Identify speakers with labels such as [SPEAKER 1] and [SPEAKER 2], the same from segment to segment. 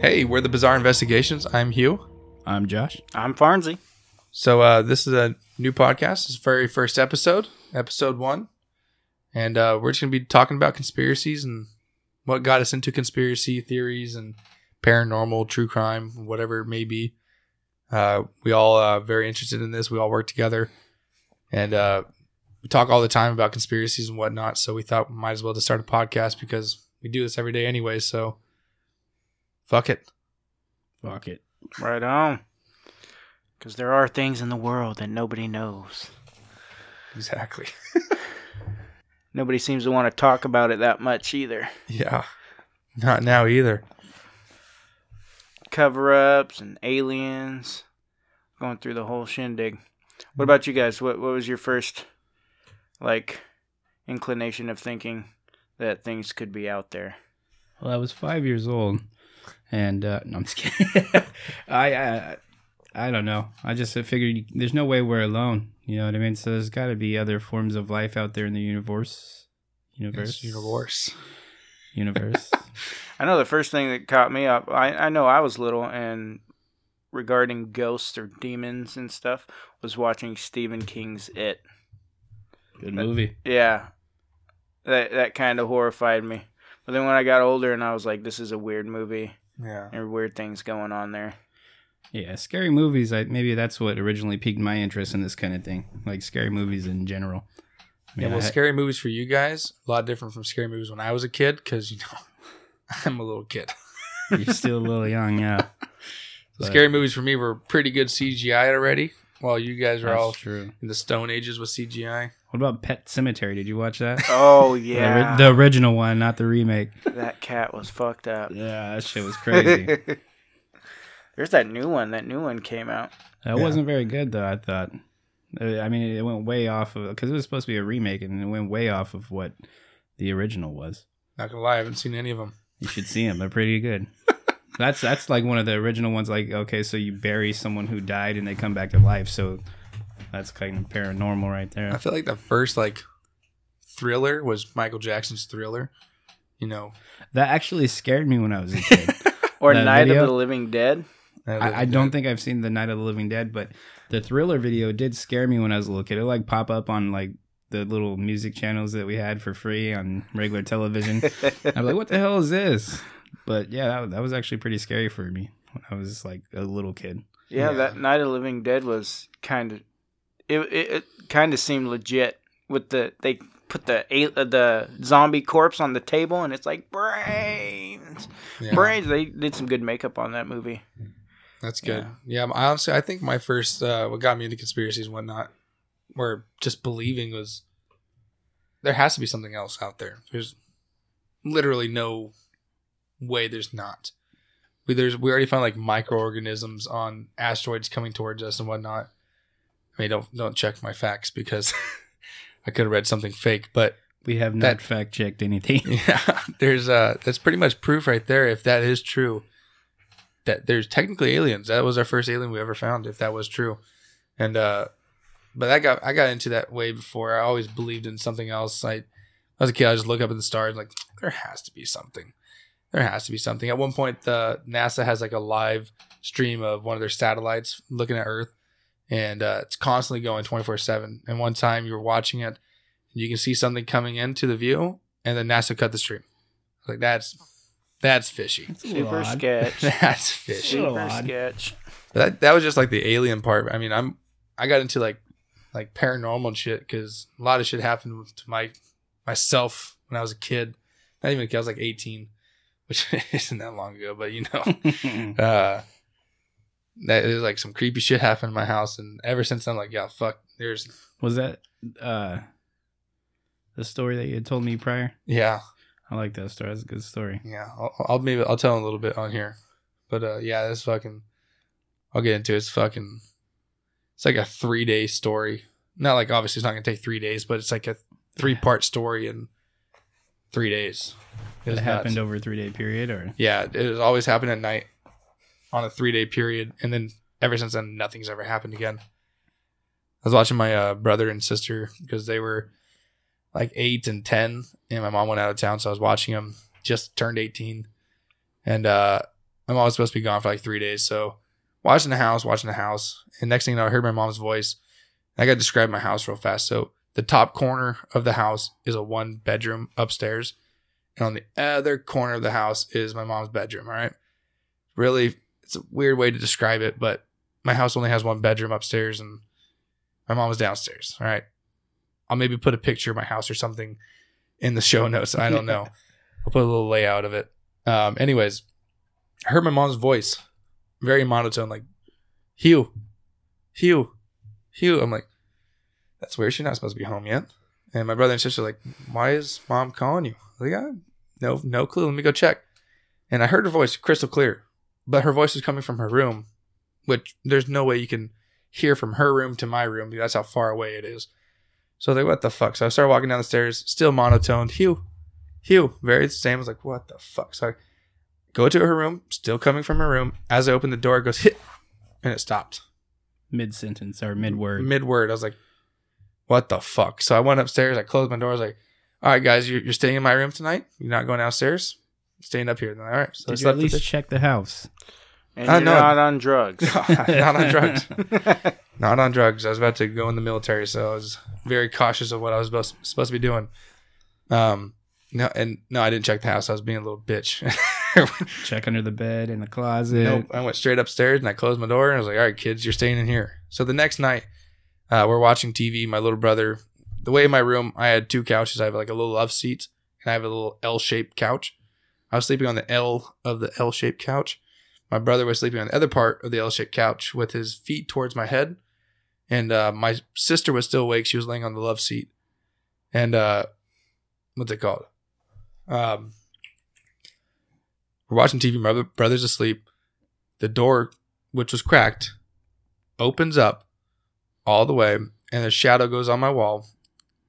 [SPEAKER 1] Hey, we're the Bizarre Investigations. I'm Hugh.
[SPEAKER 2] I'm Josh.
[SPEAKER 3] I'm Farnsey.
[SPEAKER 1] So uh, this is a new podcast. It's very first episode, episode one, and uh, we're just gonna be talking about conspiracies and what got us into conspiracy theories and paranormal, true crime, whatever it may be. Uh, we all uh, very interested in this. We all work together, and uh, we talk all the time about conspiracies and whatnot. So we thought we might as well just start a podcast because we do this every day anyway. So fuck it.
[SPEAKER 2] Fuck it.
[SPEAKER 3] Right on. Because there are things in the world that nobody knows.
[SPEAKER 1] Exactly.
[SPEAKER 3] Nobody seems to want to talk about it that much either.
[SPEAKER 1] Yeah. Not now either.
[SPEAKER 3] Cover ups and aliens. Going through the whole shindig. What about you guys? What what was your first like inclination of thinking that things could be out there?
[SPEAKER 2] Well, I was five years old, and uh, no, I'm just kidding. I, I I don't know. I just figured there's no way we're alone. You know what I mean? So there's got to be other forms of life out there in the universe. Universe.
[SPEAKER 1] It's universe.
[SPEAKER 2] Universe.
[SPEAKER 3] I know the first thing that caught me up, I, I know I was little and regarding ghosts or demons and stuff, was watching Stephen King's It.
[SPEAKER 2] Good movie.
[SPEAKER 3] Yeah. That that kind of horrified me. But then when I got older and I was like, this is a weird movie.
[SPEAKER 1] Yeah.
[SPEAKER 3] There are weird things going on there.
[SPEAKER 2] Yeah, scary movies. I maybe that's what originally piqued my interest in this kind of thing, like scary movies in general.
[SPEAKER 1] Yeah,
[SPEAKER 2] I mean,
[SPEAKER 1] well,
[SPEAKER 2] I-
[SPEAKER 1] scary movies for you guys, a lot different from scary movies when I was a kid because, you know, I'm a little kid.
[SPEAKER 2] you're still a little young. Yeah,
[SPEAKER 1] The
[SPEAKER 2] But-
[SPEAKER 1] scary movies for me were pretty good CGI already, while you guys are all
[SPEAKER 2] that's true.
[SPEAKER 1] in the Stone Ages with CGI.
[SPEAKER 2] What about Pet Cemetery? Did you watch that?
[SPEAKER 3] Oh,
[SPEAKER 2] The ori-
[SPEAKER 3] yeah.
[SPEAKER 2] the original one, not the remake.
[SPEAKER 3] that cat was fucked up.
[SPEAKER 2] Yeah, that shit was crazy.
[SPEAKER 3] There's that new one. That new one came out.
[SPEAKER 2] That
[SPEAKER 1] Yeah.
[SPEAKER 2] wasn't very good though. I thought. Uh, I mean, it went way off of because it was supposed to be a remake, and it went way off of what the original was.
[SPEAKER 1] Not going to lie, I haven't seen any of them.
[SPEAKER 2] You should see them; they're pretty good. That's that's like one of the original ones. Like, okay, so you bury someone who died, and they come back to life. So that's kind of paranormal, right
[SPEAKER 1] I
[SPEAKER 2] there.
[SPEAKER 1] feel like the first, like, thriller was Michael Jackson's thriller. You know,
[SPEAKER 2] That actually scared me when I was a kid.
[SPEAKER 3] Or
[SPEAKER 2] That
[SPEAKER 3] Night
[SPEAKER 2] video?
[SPEAKER 3] of the Living Dead.
[SPEAKER 2] I, I don't think I've seen the Night of the Living Dead, but the Thriller video did scare me when I was a little kid. It like pop up on like the little music channels that we had for free on regular television. I'm like, what the hell is this? But yeah, that, that was actually pretty scary for me when I was like a little kid.
[SPEAKER 3] Yeah,
[SPEAKER 1] Yeah.
[SPEAKER 3] that Night of the Living Dead was kind of it. It, it kind of seemed legit with the they put the a- uh, the zombie corpse on the table and it's like brains,
[SPEAKER 1] Yeah.
[SPEAKER 3] brains. They did some good makeup on that movie.
[SPEAKER 1] That's good. Yeah, I honestly, I think my first uh, what got me into conspiracies and whatnot, were just believing was there has to be something else out there. There's literally no way there's not. We there's we already found like microorganisms on asteroids coming towards us and whatnot. I mean, don't don't check my facts because I could have read something fake, but
[SPEAKER 2] We have not
[SPEAKER 1] That-
[SPEAKER 2] fact checked anything.
[SPEAKER 1] yeah, there's uh that's pretty much proof right there if that is true. That there's technically aliens. That was our first alien we ever found, if that was true. And uh but I got I got into that way before. I always believed in something else. I, I was a kid, I just look up at the stars like there has to be something. There has to be something. At one point the NASA has like a live stream of one of their satellites looking at Earth and uh, it's constantly going 24/7. And one time you're watching it you can see something coming into the view, and then NASA cut the stream. Like that's that's fishy.
[SPEAKER 2] It's a little
[SPEAKER 3] Super
[SPEAKER 2] odd.
[SPEAKER 3] sketch.
[SPEAKER 1] That's fishy.
[SPEAKER 2] little
[SPEAKER 3] Super
[SPEAKER 2] odd.
[SPEAKER 3] sketch.
[SPEAKER 1] But that that was just like the alien part. I mean, I'm I got into like like paranormal and shit because a lot of shit happened to my myself when I was a kid. Not even a kid, I was like 18, which isn't that long ago, but you know. uh that there's like some creepy shit happened in my house and ever since I'm like, yeah, fuck, there's
[SPEAKER 2] was that uh, the story that you had told me prior?
[SPEAKER 1] yeah,
[SPEAKER 2] I like that story. That's a good story.
[SPEAKER 1] Yeah, I'll, I'll maybe I'll tell a little bit on here, but uh, yeah, this fucking I'll get into it. it's fucking it's like a three day story. Not like obviously it's not gonna take three days, but it's like a three part story in three days. It
[SPEAKER 2] It
[SPEAKER 1] was
[SPEAKER 2] happened
[SPEAKER 1] nuts.
[SPEAKER 2] over a three day period, or
[SPEAKER 1] Yeah, it has always happened at night on a three day period, and then ever since then, nothing's ever happened again. I was watching my uh, brother and sister because they were like eight and ten, and my mom went out of town, so I was watching them. Just turned eighteen, and uh, I my mom was supposed to be gone for like three days. So watching the house, watching the house. And next thing you know, I heard my mom's voice. I got to describe my house real fast. So the top corner of the house is a one bedroom upstairs. And on the other corner of the house is my mom's bedroom. All right. Really, it's a weird way to describe it, but my house only has one bedroom upstairs and my mom was downstairs. All right. I'll maybe put a picture of my house or something in the show notes. I don't know. I'll put a little layout of it. Um, anyways, I heard my mom's voice, very monotone, like Hugh, Hugh, Hugh. I'm like, that's weird. She's not supposed to be home yet. And my brother and sister are like, why is mom calling you? I was like, I no, no clue. Let me go check. And I heard her voice crystal clear, but her voice was coming from her room, which there's no way you can hear from her room to my room. That's how far away it is. So I was like, what the fuck? So I started walking down the stairs, still monotoned. Hugh, Hugh, very the same. I was like, what the fuck? So I go to her room, still coming from her room. As I open the door, it goes hit, and it stopped
[SPEAKER 2] Mid sentence or mid word.
[SPEAKER 1] mid word. I was like, what the fuck? So I went upstairs. I closed my door. I was like, all right, guys, you're, you're staying in my room tonight. You're not going downstairs. Staying up here. Then, all right. So I
[SPEAKER 2] Did you
[SPEAKER 1] slept
[SPEAKER 2] at
[SPEAKER 1] with
[SPEAKER 2] least
[SPEAKER 1] it.
[SPEAKER 2] check the house?
[SPEAKER 3] And
[SPEAKER 1] I
[SPEAKER 3] you're
[SPEAKER 1] know.
[SPEAKER 3] not on drugs.
[SPEAKER 1] not on drugs. not on drugs. I was about to go in the military, so I was very cautious of what I was supposed, supposed to be doing. Um, no, and no, I didn't check the house. I was being a little bitch.
[SPEAKER 2] Check under the bed in the closet.
[SPEAKER 1] nope. I went straight upstairs and I closed my door and I was like, "All right, kids, you're staying in here." So the next night, uh, we're watching TV. My little brother. The way in my room, I had two couches. I have like a little love seat and I have a little L-shaped couch. I was sleeping on the L of the L-shaped couch. My brother was sleeping on the other part of the L-shaped couch with his feet towards my head, and uh, my sister was still awake. She was laying on the love seat, and uh, what's it called? Um, we're watching TV. My brother- brother's asleep. The door, which was cracked, opens up all the way, and a shadow goes on my wall.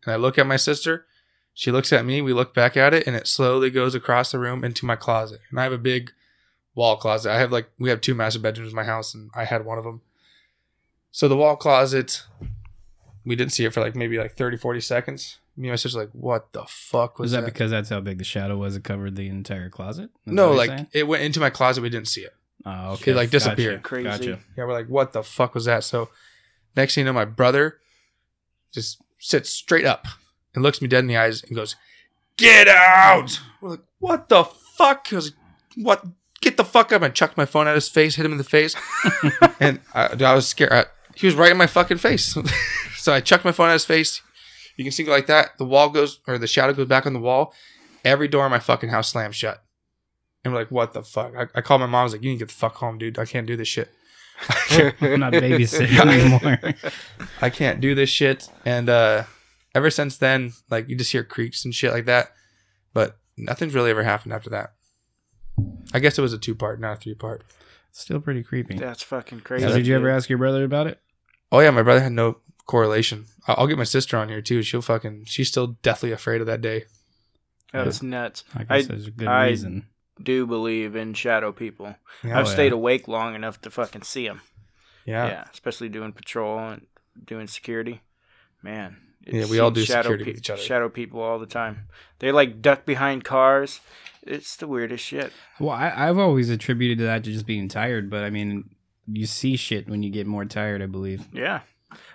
[SPEAKER 1] And I look at my sister. She looks at me. We look back at it, and it slowly goes across the room into my closet. And I have a big wall closet. I have like we have two master bedrooms in my house, and I had one of them. So the wall closet, we didn't see it for like maybe like 30, 40 seconds. Me and my sister were like, what the fuck was
[SPEAKER 2] Was that, because that's how big the shadow was? It covered the entire closet. Is that
[SPEAKER 1] no,
[SPEAKER 2] what you're
[SPEAKER 1] like
[SPEAKER 2] saying?
[SPEAKER 1] it went into my closet. We didn't see it.
[SPEAKER 2] oh, okay,
[SPEAKER 1] it, like,
[SPEAKER 2] Gotcha.
[SPEAKER 1] disappeared.
[SPEAKER 3] Crazy.
[SPEAKER 2] Gotcha.
[SPEAKER 1] Yeah, we're like, what the fuck was that? So next thing you know, my brother just sits straight up and looks me dead in the eyes and goes, Get out! We're like, what the fuck? He was like, What get the fuck up and chucked my phone at his face, hit him in the face. and I, dude, I was scared. I, he was right in my fucking face. so I chucked my phone at his face. You can see like that. The wall goes or the shadow goes back on the wall. Every door in my fucking house slams shut. And we're like, what the fuck? I, I called my mom. I was like, you need to get the fuck home, dude. I can't do this shit.
[SPEAKER 2] I'm not babysitting anymore.
[SPEAKER 1] I can't do this shit. And uh, ever since then, like you just hear creaks and shit like that, but nothing's really ever happened after that. I guess it was a two part, not a three part.
[SPEAKER 2] Still pretty creepy.
[SPEAKER 3] That's fucking crazy.
[SPEAKER 2] So did you ever ask your brother about it?
[SPEAKER 1] Oh yeah, my brother had no correlation. I- I'll get my sister on here too. She'll fucking. She's still deathly afraid of that day.
[SPEAKER 3] That's nuts.
[SPEAKER 2] I guess
[SPEAKER 3] I-
[SPEAKER 2] there's a good
[SPEAKER 3] I-
[SPEAKER 2] reason.
[SPEAKER 3] Do believe in shadow people.
[SPEAKER 1] Yeah,
[SPEAKER 2] Oh,
[SPEAKER 1] oh,
[SPEAKER 3] I've
[SPEAKER 2] yeah.
[SPEAKER 3] stayed awake long enough to fucking see them.
[SPEAKER 1] yeah.
[SPEAKER 3] Yeah, especially doing patrol and doing security. Man, it
[SPEAKER 1] Yeah, we all
[SPEAKER 3] seems
[SPEAKER 1] do security with each other.
[SPEAKER 3] Shadow people all the time. They like duck behind cars. It's the weirdest shit.
[SPEAKER 2] Well, I, I've always attributed to that to just being tired, but I mean, you see shit when you get more tired. I believe.
[SPEAKER 3] Yeah,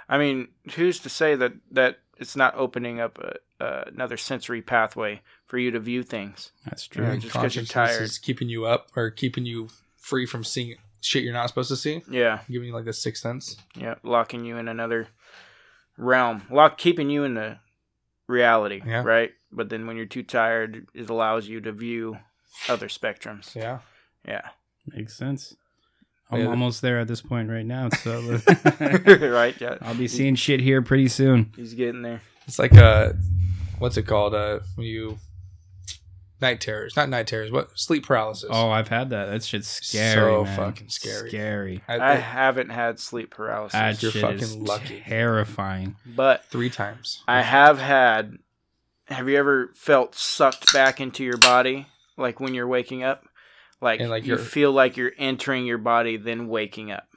[SPEAKER 3] I mean, who's to say that that it's not opening up a, uh, another sensory pathway for you to view things?
[SPEAKER 2] That's true.
[SPEAKER 1] Yeah,
[SPEAKER 3] Just 'cause you're
[SPEAKER 1] consciousness
[SPEAKER 3] tired.
[SPEAKER 1] is keeping you up or keeping you free from seeing shit you're not supposed to see,
[SPEAKER 3] Yeah,
[SPEAKER 1] giving you like the sixth sense.
[SPEAKER 3] yeah, locking you in another realm, lock keeping you in the reality,
[SPEAKER 1] Yeah.
[SPEAKER 3] right? But then when you're too tired, it allows you to view other spectrums.
[SPEAKER 1] Yeah.
[SPEAKER 3] Yeah,
[SPEAKER 2] Makes sense. I'm
[SPEAKER 1] Yeah.
[SPEAKER 2] almost there at this point right now, so
[SPEAKER 3] right. Yeah,
[SPEAKER 2] I'll be seeing shit here pretty soon.
[SPEAKER 3] He's getting there.
[SPEAKER 1] It's like uh what's it called? Uh, when you night terrors, not night terrors. What sleep paralysis?
[SPEAKER 2] Oh, I've had that. That shit's scary.
[SPEAKER 1] So
[SPEAKER 2] man.
[SPEAKER 1] fucking scary.
[SPEAKER 2] Scary.
[SPEAKER 3] I
[SPEAKER 1] I,
[SPEAKER 3] haven't had sleep paralysis,
[SPEAKER 2] That
[SPEAKER 1] You're
[SPEAKER 2] shit is
[SPEAKER 1] fucking lucky.
[SPEAKER 2] terrifying.
[SPEAKER 3] but
[SPEAKER 1] three times.
[SPEAKER 3] I have had. Have you ever felt sucked back into your body, like when you're waking up, like,
[SPEAKER 1] And, like,
[SPEAKER 3] you
[SPEAKER 1] you're-
[SPEAKER 3] feel like you're entering your body, then waking up?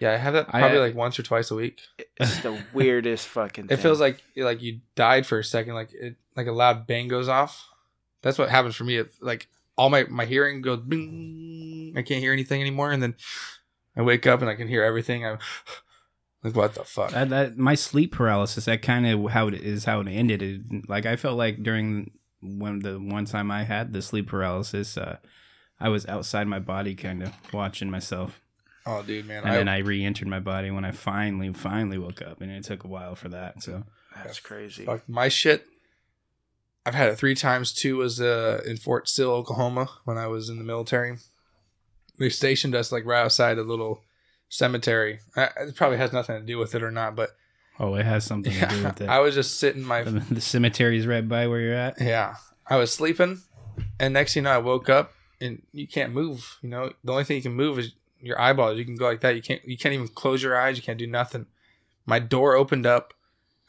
[SPEAKER 1] Yeah, I have that
[SPEAKER 2] I-
[SPEAKER 1] probably like once or twice a week.
[SPEAKER 3] It's the weirdest fucking.
[SPEAKER 1] It feels like like you died for a second, like it like a loud bang goes off. That's what happens for me. It, like all my my hearing goes bing, I can't hear anything anymore. And then I wake up and I can hear everything. I'm like, what the fuck?
[SPEAKER 2] I, that my sleep paralysis. That kind of how it is how it ended. It, like I felt like during when the one time I had the sleep paralysis, uh, I was outside my body, kind of watching myself,
[SPEAKER 1] oh, dude, man.
[SPEAKER 2] and then I re-entered my body when I finally finally woke up, and it took a while for that. So
[SPEAKER 3] That's crazy.
[SPEAKER 1] Fuck my shit. I've had it three times. Two was uh, in Fort Sill, Oklahoma, when I was in the military. They stationed us like right outside a little cemetery. I, it probably has nothing to do with it or not, but
[SPEAKER 2] oh, it has something to do with it.
[SPEAKER 1] I was just sitting my
[SPEAKER 2] the, the cemetery's right by where you're at.
[SPEAKER 1] yeah. I was sleeping, and next thing you know, I woke up and you can't move. You know, the only thing you can move is your eyeballs. You can go like that. You can't. You can't even close your eyes. You can't do nothing. My door opened up.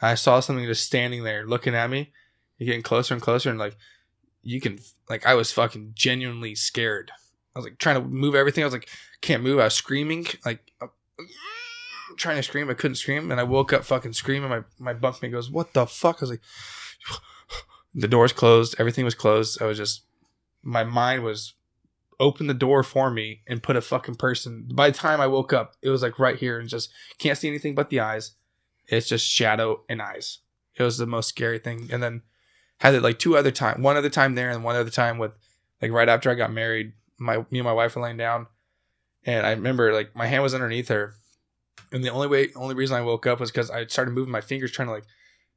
[SPEAKER 1] I saw something just standing there, looking at me. You're getting closer and closer, and like you can, like I was fucking genuinely scared. I was like trying to move everything. I was like, can't move. I was screaming, like uh, trying to scream. I couldn't scream, and I woke up fucking screaming. My my bunkmate goes, "What the fuck?" I was like, the doors closed. Everything was closed. I was just, my mind was, open the door for me and put a fucking person. By the time I woke up, it was like right here and just can't see anything but the eyes. It's just shadow and eyes. It was the most scary thing. And then had it like two other time, one other time there and one other time with like right after I got married, my me and my wife were laying down, and I remember like my hand was underneath her, and the only way, only reason I woke up was because I started moving my fingers trying to like,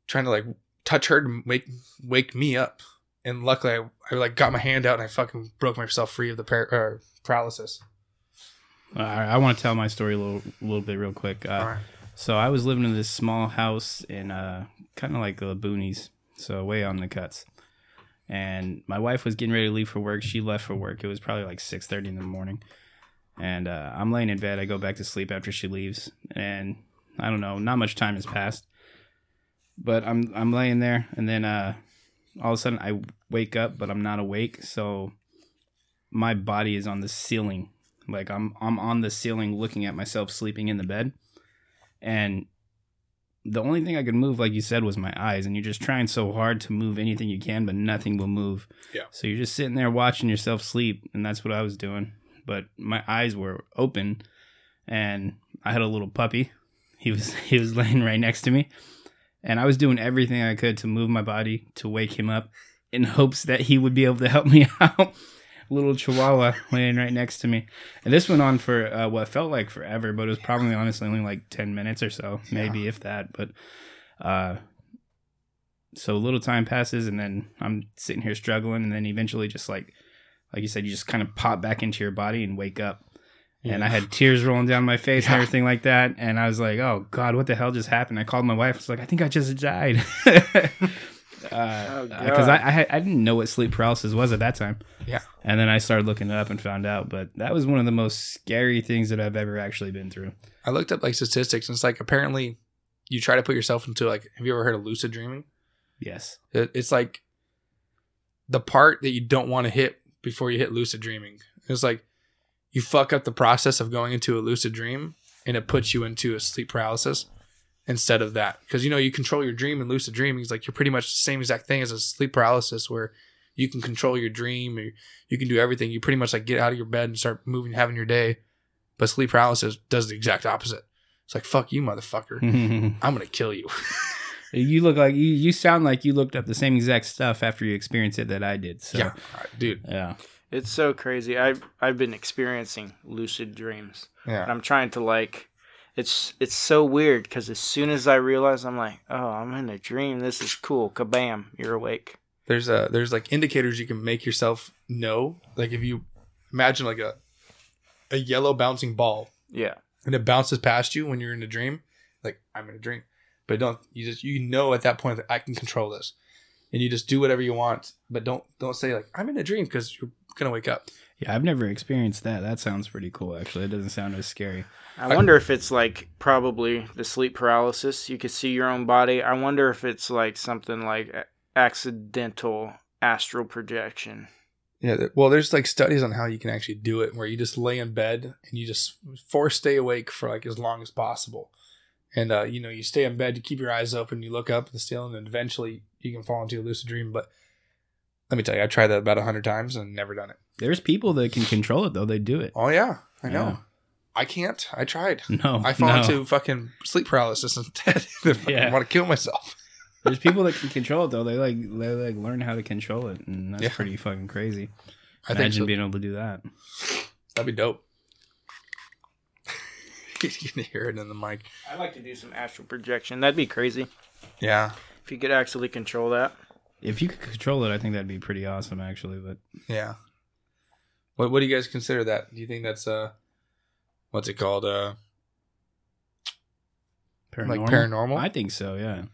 [SPEAKER 1] trying to like touch her to wake wake me up. And luckily, I, I like got my hand out and I fucking broke myself free of the par- uh, paralysis.
[SPEAKER 2] All right, I want to tell my story a little, little bit real quick. Uh,
[SPEAKER 1] All right.
[SPEAKER 2] So I was living in this small house in uh, kind of like the boonies, so way on the cuts. And my wife was getting ready to leave for work. She left for work. It was probably like six thirty in the morning. And uh, I'm laying in bed. I go back to sleep after she leaves, and I don't know. Not much time has passed, but I'm I'm laying there, and then uh, all of a sudden I wake up, but I'm not awake. So my body is on the ceiling, like I'm I'm on the ceiling looking at myself sleeping in the bed and the only thing I could move, like you said, was my eyes. And you're just trying so hard to move anything you can, but nothing will move.
[SPEAKER 1] Yeah.
[SPEAKER 2] So you're just sitting there watching yourself sleep, and that's what I was doing. But my eyes were open, and I had a little puppy. He was he was laying right next to me, and I was doing everything I could to move my body to wake him up, in hopes that he would be able to help me out. little Chihuahua laying right next to me. And this went on for uh, what felt like forever, but it was probably honestly only like 10 minutes or so, maybe if that. But uh, so a little time passes, and then I'm sitting here struggling, and then eventually, just like, like you said, you just kind of pop back into your body and wake up. And I had tears rolling down my face and
[SPEAKER 1] Yeah.
[SPEAKER 2] everything like that. And I was like, oh, God, what the hell just happened? I called my wife. I was like, I think I just died. Because
[SPEAKER 3] Oh,
[SPEAKER 2] I,
[SPEAKER 3] God.
[SPEAKER 2] I, had- I didn't know what sleep paralysis was at that time.
[SPEAKER 1] Yeah.
[SPEAKER 2] And then I started looking it up and found out. But that was one of the most scary things that I've ever actually been through.
[SPEAKER 1] I looked up like statistics and it's like apparently you try to put yourself into like have you ever heard of lucid dreaming?
[SPEAKER 2] Yes.
[SPEAKER 1] It, it's like the part that you don't want to hit before you hit lucid dreaming. It's like you fuck up the process of going into a lucid dream and it puts you into a sleep paralysis instead of that. Because you know, you control your dream and lucid dreaming is like you're pretty much the same exact thing as a sleep paralysis where you can control your dream or you can do everything. You pretty much like get out of your bed and start moving, having your day. But sleep paralysis does the exact opposite. It's like, fuck you,
[SPEAKER 2] Hmm.
[SPEAKER 1] motherfucker.
[SPEAKER 2] you
[SPEAKER 1] I'm going to kill you.
[SPEAKER 2] look like you, you sound like you looked up the same exact stuff after you experienced it that I did. So,
[SPEAKER 1] Yeah. Dude.
[SPEAKER 2] yeah.
[SPEAKER 3] It's so crazy. I've I've been experiencing lucid dreams.
[SPEAKER 1] Yeah.
[SPEAKER 3] And I'm trying to like it's it's so weird because as soon as I realize I'm like, oh, I'm in a dream. This is cool. Kabam! You're awake.
[SPEAKER 1] there's a there's like indicators you can make yourself know like if you imagine like a a yellow bouncing ball
[SPEAKER 3] Yeah.
[SPEAKER 1] and it bounces past you when you're in a dream like i'm in a dream but don't you just you know at that point that i can control this and you just do whatever you want but don't don't say like i'm in a dream because you're gonna wake up
[SPEAKER 2] Yeah, I've never experienced that. That sounds pretty cool, actually. It doesn't sound as scary.
[SPEAKER 3] I wonder if it's like probably the sleep paralysis. You can see your own body. I wonder if it's like something like a- accidental astral projection.
[SPEAKER 1] yeah th- well there's like studies on how you can actually do it where you just lay in bed and you just force stay awake for like as long as possible and uh, you know you stay in bed you keep your eyes open you look up at the ceiling and eventually you can fall into a lucid dream but let me tell you i tried that about 100 times and never done it
[SPEAKER 2] There's people that can control it though. They do it.
[SPEAKER 1] Oh yeah, I know.
[SPEAKER 2] Yeah.
[SPEAKER 1] I can't. I tried.
[SPEAKER 2] No,
[SPEAKER 1] I fall
[SPEAKER 2] no.
[SPEAKER 1] into fucking sleep paralysis instead.
[SPEAKER 2] Yeah.
[SPEAKER 1] I want to kill myself.
[SPEAKER 2] There's people that can control it though. They like they like learn how to control it, and that's
[SPEAKER 1] Yeah.
[SPEAKER 2] pretty fucking crazy.
[SPEAKER 1] I
[SPEAKER 2] Imagine
[SPEAKER 1] think so.
[SPEAKER 2] being able to do that.
[SPEAKER 1] that'd be dope. you can hear it in the mic.
[SPEAKER 3] I'd like to do some astral projection. That'd be crazy
[SPEAKER 1] Yeah,
[SPEAKER 3] if you could actually control that.
[SPEAKER 2] If you could control it, I think that'd be pretty awesome, actually. But
[SPEAKER 1] yeah. What What do you guys consider that? Do you think that's uh, what's it called? Uh,
[SPEAKER 2] paranormal,
[SPEAKER 1] like paranormal?
[SPEAKER 2] I think so. Yeah,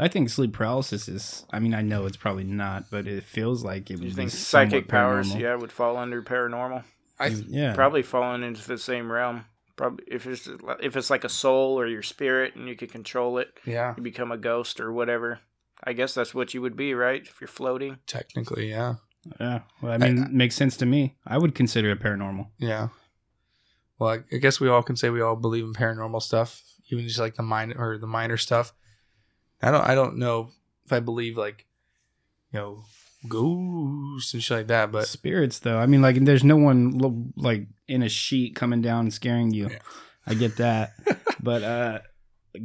[SPEAKER 2] I think sleep paralysis is. I mean, I know it's probably not, but it feels like it
[SPEAKER 3] You
[SPEAKER 2] would
[SPEAKER 3] think
[SPEAKER 2] be somewhat
[SPEAKER 3] psychic powers,
[SPEAKER 2] paranormal.
[SPEAKER 3] yeah, would fall under paranormal?
[SPEAKER 1] I th-
[SPEAKER 2] yeah,
[SPEAKER 3] Probably falling into the same realm. Probably if it's if it's like a soul or your spirit and you could control it,
[SPEAKER 1] yeah,
[SPEAKER 3] you become a ghost or whatever. I guess that's what you would be, right? If you're floating.
[SPEAKER 1] technically, yeah,
[SPEAKER 2] yeah. Well, I mean,
[SPEAKER 1] I-
[SPEAKER 2] makes sense to me. I would consider it paranormal.
[SPEAKER 1] yeah. Well, I, I guess we all can say we all believe in paranormal stuff, even just like the minor or the minor stuff. I don't. I don't know if I believe like, you know, ghosts and shit like that. But
[SPEAKER 2] spirits though i mean like there's no one lo- like in a sheet coming down and scaring you
[SPEAKER 1] Yeah.
[SPEAKER 2] i get that but uh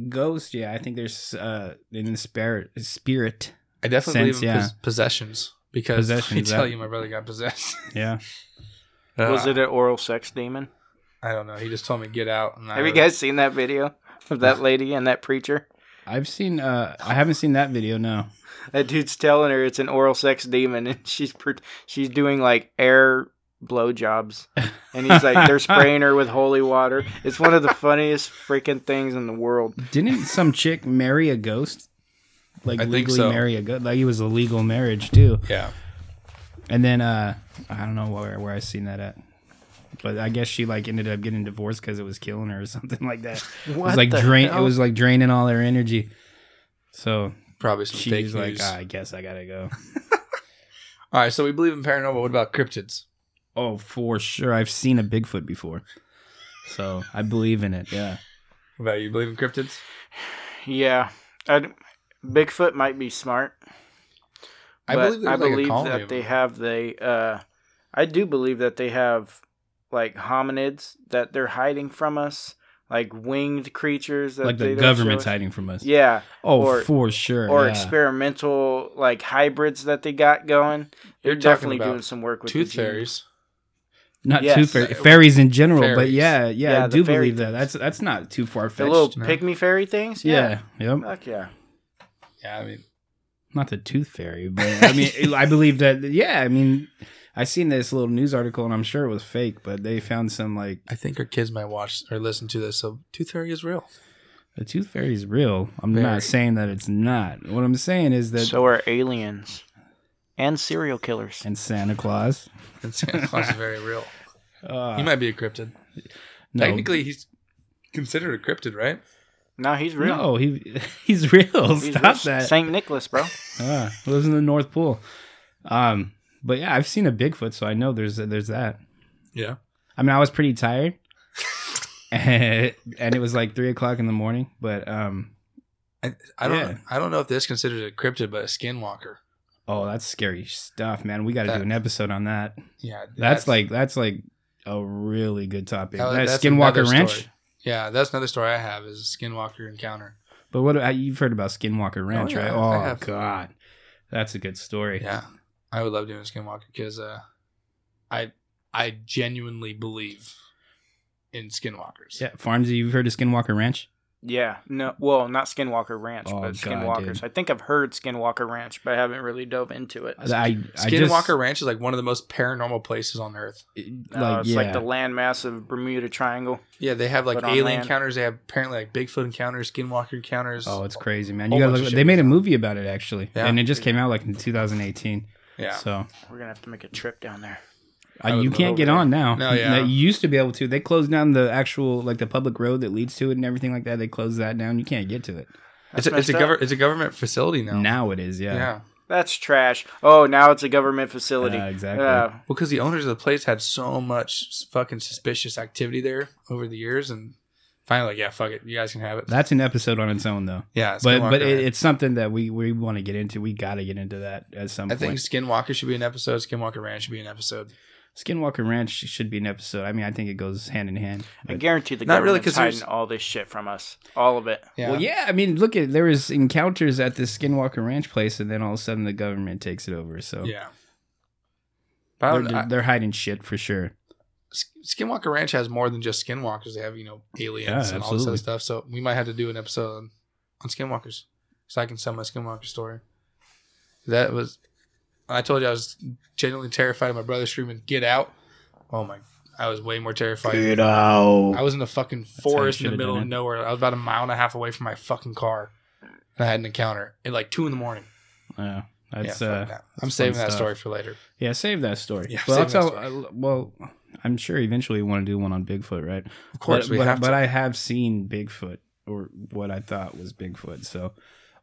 [SPEAKER 2] ghost yeah i think there's uh in the spirit spirit
[SPEAKER 1] I definitely
[SPEAKER 2] Sense,
[SPEAKER 1] believe in pos- possessions because
[SPEAKER 2] Possessions,
[SPEAKER 1] I tell
[SPEAKER 2] that-
[SPEAKER 1] you, my brother got possessed.
[SPEAKER 2] yeah
[SPEAKER 3] Was
[SPEAKER 1] Uh,
[SPEAKER 3] it an oral sex demon?
[SPEAKER 1] I don't know. He just told me get out. And I
[SPEAKER 3] Have you
[SPEAKER 1] was-
[SPEAKER 3] guys seen that video of that lady and that preacher?
[SPEAKER 2] i've seen uh i haven't seen that video no
[SPEAKER 3] That dude's telling her it's an oral sex demon, and she's pre- she's doing like air blowjobs, and he's like they're spraying her with holy water. It's one of the funniest freaking things in the world.
[SPEAKER 2] didn't some chick marry a ghost like
[SPEAKER 1] I think
[SPEAKER 2] legally
[SPEAKER 1] so.
[SPEAKER 2] marry a ghost like it was a legal marriage too
[SPEAKER 1] Yeah.
[SPEAKER 2] and then uh i don't know where, where i seen that at but I guess she like ended up getting divorced because it was killing her or something like that. it was
[SPEAKER 3] What
[SPEAKER 2] like
[SPEAKER 3] the
[SPEAKER 2] drain. It
[SPEAKER 3] hell?
[SPEAKER 2] was like draining all her energy. So
[SPEAKER 1] Probably some fake
[SPEAKER 2] she's like,
[SPEAKER 1] news.
[SPEAKER 2] "Ah, I guess I gotta go.
[SPEAKER 1] All right, so we believe in paranormal. What about cryptids?
[SPEAKER 2] oh, for sure. I've seen a Bigfoot before. So I believe in it. Yeah.
[SPEAKER 1] What about you? You Believe in cryptids?
[SPEAKER 3] Yeah, I'd, Bigfoot might be smart.
[SPEAKER 1] I
[SPEAKER 3] but
[SPEAKER 1] believe, there's
[SPEAKER 3] I
[SPEAKER 1] like a
[SPEAKER 3] believe
[SPEAKER 1] colony
[SPEAKER 3] that
[SPEAKER 1] of
[SPEAKER 3] they
[SPEAKER 1] them.
[SPEAKER 3] have the. Uh, I do believe that they have like hominids that they're hiding from us, like winged creatures that
[SPEAKER 2] like the
[SPEAKER 3] they don't show
[SPEAKER 2] government's
[SPEAKER 3] us.
[SPEAKER 2] hiding from us.
[SPEAKER 3] Yeah,
[SPEAKER 2] Oh,
[SPEAKER 3] or-
[SPEAKER 2] for sure.
[SPEAKER 3] or
[SPEAKER 2] yeah.
[SPEAKER 3] experimental like hybrids that they got going. They're
[SPEAKER 1] You're talking
[SPEAKER 3] definitely
[SPEAKER 1] about
[SPEAKER 3] doing some work with
[SPEAKER 1] tooth
[SPEAKER 3] the gene.
[SPEAKER 1] fairies.
[SPEAKER 2] Not
[SPEAKER 3] Yes.
[SPEAKER 2] too fair. Fairies in general, but
[SPEAKER 1] Fairies.
[SPEAKER 2] yeah, yeah,
[SPEAKER 3] Yeah,
[SPEAKER 2] I
[SPEAKER 3] the
[SPEAKER 2] do
[SPEAKER 3] fairy
[SPEAKER 2] believe that. That's that's not too far
[SPEAKER 3] The
[SPEAKER 2] fetched.
[SPEAKER 3] little
[SPEAKER 1] no.
[SPEAKER 3] pygmy fairy things.
[SPEAKER 2] yeah. Yep.
[SPEAKER 3] Fuck yeah.
[SPEAKER 1] Yeah, I mean,
[SPEAKER 2] Not the tooth fairy, but I mean, I believe that. Yeah, I mean, I seen this little news article, and I'm sure it was fake, but they found some like
[SPEAKER 1] I think our kids might watch or listen to this. So tooth fairy is real.
[SPEAKER 2] the tooth fairy is real. I'm
[SPEAKER 1] Fairy.
[SPEAKER 2] not saying that it's not. What I'm saying is that
[SPEAKER 3] So are aliens and serial killers.
[SPEAKER 2] and Santa Claus.
[SPEAKER 1] And Santa Claus is very real.
[SPEAKER 2] Uh,
[SPEAKER 1] He might be a cryptid.
[SPEAKER 2] no.
[SPEAKER 1] Technically, he's considered a cryptid, right?
[SPEAKER 3] No, he's real.
[SPEAKER 2] No, he he's real.
[SPEAKER 3] He's
[SPEAKER 2] Stop
[SPEAKER 3] real.
[SPEAKER 2] that.
[SPEAKER 3] Saint Nicholas, bro.
[SPEAKER 2] Ah, lives in the North Pole. Um, but yeah, I've seen a Bigfoot, so I know there's there's that.
[SPEAKER 1] Yeah.
[SPEAKER 2] I mean, I was pretty tired, and it was like three o'clock in the morning. But um,
[SPEAKER 1] I, I don't.
[SPEAKER 2] Yeah.
[SPEAKER 1] I don't know if this is considered a cryptid, but a skinwalker.
[SPEAKER 2] oh, that's scary stuff, man. We got to
[SPEAKER 1] That-
[SPEAKER 2] do an episode on that.
[SPEAKER 1] Yeah,
[SPEAKER 2] That's, like that's like a really good topic.
[SPEAKER 1] Oh,
[SPEAKER 2] That
[SPEAKER 1] that's another
[SPEAKER 2] Skinwalker Ranch.
[SPEAKER 1] story. Yeah, that's another story I have is a skinwalker encounter.
[SPEAKER 2] But what about- you've heard about Skinwalker Ranch,
[SPEAKER 1] yeah,
[SPEAKER 2] right?
[SPEAKER 1] I
[SPEAKER 2] Oh
[SPEAKER 1] have.
[SPEAKER 2] God, that's a good story.
[SPEAKER 1] Yeah, I would love doing a skinwalker because uh, I I genuinely believe in skinwalkers.
[SPEAKER 2] yeah. Farmsy, you've heard of Skinwalker Ranch?
[SPEAKER 3] Yeah. No. Well, not Skinwalker Ranch,
[SPEAKER 2] Oh,
[SPEAKER 3] but
[SPEAKER 2] God,
[SPEAKER 3] Skinwalkers.
[SPEAKER 2] dude.
[SPEAKER 3] I think I've heard Skinwalker Ranch, but I haven't really dove into it.
[SPEAKER 2] I, I
[SPEAKER 1] Uh, Skinwalker uh,
[SPEAKER 2] just- uh,
[SPEAKER 1] Ranch is like one of the most paranormal places on earth.
[SPEAKER 2] it-
[SPEAKER 3] No, Uh, it's like the landmass of Bermuda Triangle.
[SPEAKER 1] Yeah, they have like
[SPEAKER 3] But on
[SPEAKER 1] alien
[SPEAKER 3] land.
[SPEAKER 1] encounters. They have apparently like Bigfoot encounters, skinwalker encounters.
[SPEAKER 2] Oh, it's crazy, man! You
[SPEAKER 1] whole
[SPEAKER 2] gotta
[SPEAKER 1] bunch
[SPEAKER 2] look.
[SPEAKER 1] of
[SPEAKER 2] They
[SPEAKER 1] shit
[SPEAKER 2] made a
[SPEAKER 1] goes on.
[SPEAKER 2] movie about it actually,
[SPEAKER 1] Yeah.
[SPEAKER 2] and it just came out like in 2018.
[SPEAKER 1] yeah.
[SPEAKER 2] So
[SPEAKER 3] We're gonna have to make a trip down there.
[SPEAKER 1] I
[SPEAKER 2] uh,
[SPEAKER 1] would
[SPEAKER 2] you
[SPEAKER 1] love
[SPEAKER 2] can't
[SPEAKER 1] over
[SPEAKER 2] get
[SPEAKER 1] there.
[SPEAKER 2] on now.
[SPEAKER 1] No, yeah.
[SPEAKER 2] You used to be able to. They closed down the actual like the public road that leads to it and everything like that. They closed that down. You can't get to it.
[SPEAKER 1] it's
[SPEAKER 3] That's
[SPEAKER 1] a, it's a
[SPEAKER 3] messed up.
[SPEAKER 1] government it's a government facility now.
[SPEAKER 2] Now it is,
[SPEAKER 1] yeah.
[SPEAKER 2] yeah.
[SPEAKER 3] That's trash. Oh, now it's a government facility.
[SPEAKER 2] Yeah, exactly.
[SPEAKER 3] Uh,
[SPEAKER 1] Well, because the owners of the place had so much s- fucking suspicious activity there over the years, and finally, like, yeah, fuck it, you guys can have it.
[SPEAKER 2] That's an episode on its own though.
[SPEAKER 1] yeah,
[SPEAKER 2] But
[SPEAKER 1] Skinwalker
[SPEAKER 2] but it,
[SPEAKER 1] Ranch.
[SPEAKER 2] it's something that we we want to get into. We got to get into that at some
[SPEAKER 1] I
[SPEAKER 2] point.
[SPEAKER 1] think Skinwalker should be an episode. Skinwalker Ranch should be an episode.
[SPEAKER 2] Skinwalker Ranch should be an episode. I mean, I think it goes hand in hand.
[SPEAKER 3] I
[SPEAKER 2] but-
[SPEAKER 3] guarantee the
[SPEAKER 1] Not really,
[SPEAKER 3] government's
[SPEAKER 1] 'cause there's-
[SPEAKER 3] hiding all this shit from us. All of it.
[SPEAKER 1] Yeah.
[SPEAKER 2] Well, yeah. I mean, look at there was encounters at this Skinwalker Ranch place, and then all of a sudden the government takes it over. So
[SPEAKER 1] Yeah. But I
[SPEAKER 2] they're,
[SPEAKER 1] would- I-
[SPEAKER 2] they're hiding shit for sure.
[SPEAKER 1] S- Skinwalker Ranch has more than just skinwalkers. They have you know aliens
[SPEAKER 2] Yeah,
[SPEAKER 1] and all this
[SPEAKER 2] absolutely.
[SPEAKER 1] other stuff. So we might have to do an episode on, on skinwalkers, so I can sell my skinwalker story. That was, I told you I was genuinely terrified of my brother screaming "Get out!" Oh my, I was way more terrified. I
[SPEAKER 3] out.
[SPEAKER 1] was in the fucking
[SPEAKER 2] how you
[SPEAKER 1] forest in
[SPEAKER 2] should've
[SPEAKER 1] the middle
[SPEAKER 2] done
[SPEAKER 1] of
[SPEAKER 2] it.
[SPEAKER 1] nowhere. I was about a mile and a half away from my fucking car, and I had an encounter at like two in the morning.
[SPEAKER 2] Yeah, that's
[SPEAKER 1] yeah, fuck
[SPEAKER 2] uh,
[SPEAKER 1] that. I'm saving
[SPEAKER 2] fun
[SPEAKER 1] that
[SPEAKER 2] stuff.
[SPEAKER 1] story for later.
[SPEAKER 2] yeah. Save that story.
[SPEAKER 1] Yeah,
[SPEAKER 2] well,
[SPEAKER 1] save that
[SPEAKER 2] that's how- I- well, I'm sure eventually you want to do one on Bigfoot, right?
[SPEAKER 1] Of course,
[SPEAKER 2] but,
[SPEAKER 1] we
[SPEAKER 2] but,
[SPEAKER 1] have
[SPEAKER 2] but
[SPEAKER 1] to.
[SPEAKER 2] I have seen Bigfoot, or what I thought was Bigfoot. So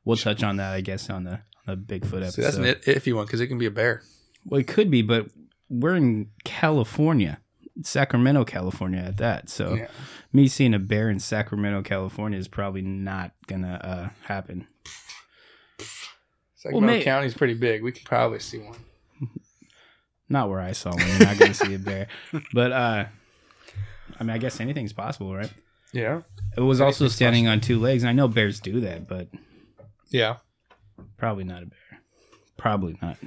[SPEAKER 2] we'll touch on that, I guess, on the on the Bigfoot episode.
[SPEAKER 1] See, that's an it- iffy one because it can be a bear.
[SPEAKER 2] Well, it could be, but we're in California, Sacramento, California, at that. So
[SPEAKER 1] Yeah.
[SPEAKER 2] me seeing a bear in Sacramento, California, is probably not gonna uh, happen.
[SPEAKER 1] Sacramento
[SPEAKER 2] may-
[SPEAKER 1] County's pretty big. We could probably see one.
[SPEAKER 2] Not where I saw one. You're not gonna see a bear, but uh, I mean, I guess anything's possible, right?
[SPEAKER 1] Yeah.
[SPEAKER 2] It was also standing on two legs. and I know bears do that, but
[SPEAKER 1] Yeah.
[SPEAKER 2] probably not a bear. Probably not.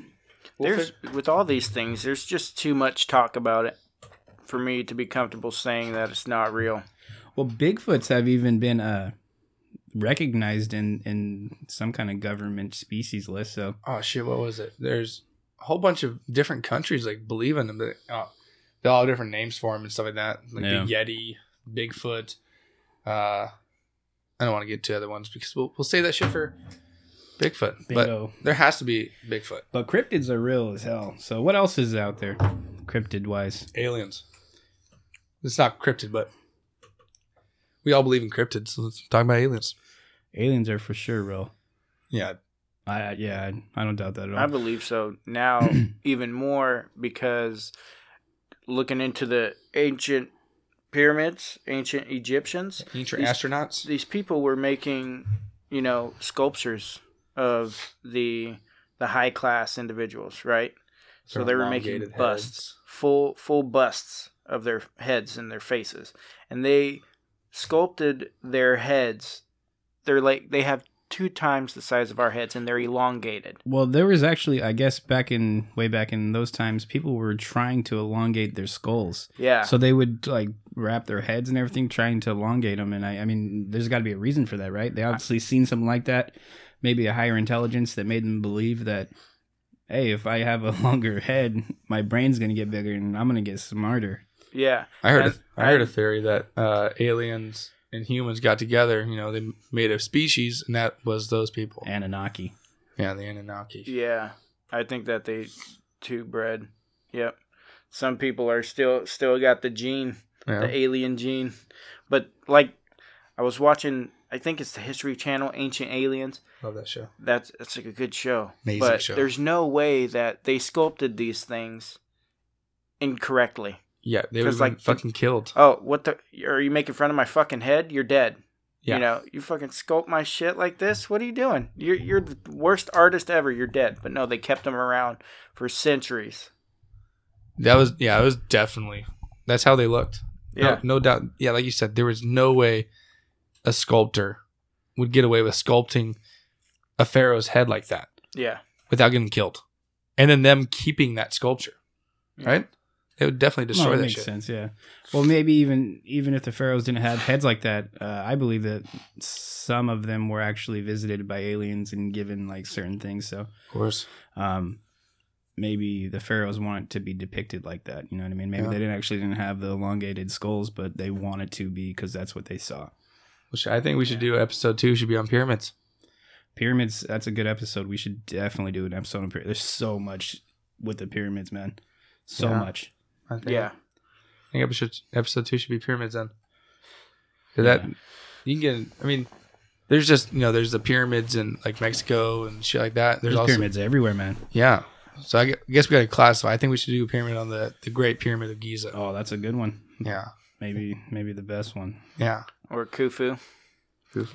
[SPEAKER 3] There's with all these things, there's just too much talk about it for me to be comfortable saying that it's not real.
[SPEAKER 2] Well, Bigfoots have even been uh, recognized in in some kind of government species list. So
[SPEAKER 1] oh shit, what was it? There's a whole bunch of different countries like believe in them. They, oh, they all have different names for them and stuff like that. Like
[SPEAKER 2] Yeah.
[SPEAKER 1] the Yeti, Bigfoot. Uh, I don't want to get to other ones because we'll we'll say that shit for Bigfoot. But
[SPEAKER 2] bingo.
[SPEAKER 1] there has to be Bigfoot,
[SPEAKER 2] But cryptids are real as hell. So what else is out there, cryptid wise?
[SPEAKER 1] aliens. It's not cryptid, but we all believe in cryptids. So let's talk about aliens.
[SPEAKER 2] Aliens are for sure real.
[SPEAKER 1] Yeah,
[SPEAKER 2] I I- yeah, I, I don't doubt that at all.
[SPEAKER 3] I believe so now even more because looking into the ancient pyramids, ancient Egyptians,
[SPEAKER 1] ancient
[SPEAKER 3] These-
[SPEAKER 1] astronauts.
[SPEAKER 3] these people were making, you know, sculptures of the the high class individuals, right? So they were making
[SPEAKER 1] Elongated
[SPEAKER 3] busts,
[SPEAKER 1] heads.
[SPEAKER 3] full full busts of their heads and their faces, and they sculpted their heads. They're like they have two times the size of our heads, and they're elongated.
[SPEAKER 2] well, there was actually, I guess, back in way back in those times, people were trying to elongate their skulls.
[SPEAKER 3] Yeah,
[SPEAKER 2] So they would like wrap their heads and everything, trying to elongate them. And I, I mean, there's got to be a reason for that, right? They obviously seen something like that, maybe a higher intelligence that made them believe that, hey, if I have a longer head, my brain's gonna get bigger and I'm gonna get smarter.
[SPEAKER 3] yeah.
[SPEAKER 1] I heard.
[SPEAKER 3] And-
[SPEAKER 1] a, I heard a theory that uh, aliens and humans got together. You know, they made a species, and that was those people.
[SPEAKER 2] Anunnaki.
[SPEAKER 1] yeah, the Anunnaki.
[SPEAKER 3] Yeah, I think that they too bred. Yep. Some people are still still got the gene,
[SPEAKER 1] Yeah.
[SPEAKER 3] the alien gene. But like, I was watching. I think it's the History Channel, Ancient Aliens.
[SPEAKER 1] Love that show.
[SPEAKER 3] That's that's like a good show.
[SPEAKER 1] Amazing
[SPEAKER 3] but
[SPEAKER 1] show.
[SPEAKER 3] there's no way that they sculpted these things incorrectly.
[SPEAKER 1] Yeah, they
[SPEAKER 3] 'Cause,
[SPEAKER 1] was
[SPEAKER 3] like,
[SPEAKER 1] like fucking killed.
[SPEAKER 3] Oh, what the? Are you making fun of my fucking head? You're dead.
[SPEAKER 1] Yeah.
[SPEAKER 3] You know, you fucking sculpt my shit like this. What are you doing? You're you're the worst artist ever. You're dead. But no, they kept them around for centuries.
[SPEAKER 1] That was yeah. It was definitely. That's how they looked. No-
[SPEAKER 3] Yeah.
[SPEAKER 1] no, doubt. Yeah, like you said, there was no way a sculptor would get away with sculpting a pharaoh's head like that
[SPEAKER 3] Yeah.
[SPEAKER 1] without getting killed, and then them keeping that sculpture.
[SPEAKER 3] Mm.
[SPEAKER 1] Right? It would definitely destroy
[SPEAKER 2] Well, that
[SPEAKER 1] that
[SPEAKER 2] makes
[SPEAKER 1] shit.
[SPEAKER 2] sense. Yeah. Well, maybe even even if the pharaohs didn't have heads like that, uh, I believe that some of them were actually visited by aliens and given like certain things. So
[SPEAKER 1] Of course.
[SPEAKER 2] um, maybe the pharaohs want it to be depicted like that. You know what I mean? Maybe
[SPEAKER 1] Yeah.
[SPEAKER 2] they didn't actually didn't have the elongated skulls, but they wanted to be because that's what they saw.
[SPEAKER 1] Which I think we should do episode two should be on pyramids.
[SPEAKER 2] Pyramids. That's a good episode. We should definitely do an episode on pyramids. There's so much with the pyramids, man. So
[SPEAKER 1] Yeah.
[SPEAKER 2] much.
[SPEAKER 1] I think.
[SPEAKER 3] Yeah.
[SPEAKER 1] I think episode episode two should be pyramids then. 'Cause
[SPEAKER 2] Yeah.
[SPEAKER 1] That you can get. I mean, there's just you know there's the pyramids in like Mexico and shit like that. There's,
[SPEAKER 2] There's
[SPEAKER 1] also
[SPEAKER 2] pyramids everywhere, man.
[SPEAKER 1] yeah. So I gue- I guess we got to classify. I think we should do a pyramid on the the Great Pyramid of Giza.
[SPEAKER 2] Oh, that's a good one.
[SPEAKER 1] Yeah,
[SPEAKER 2] Maybe maybe the best one.
[SPEAKER 1] yeah.
[SPEAKER 3] Or Khufu,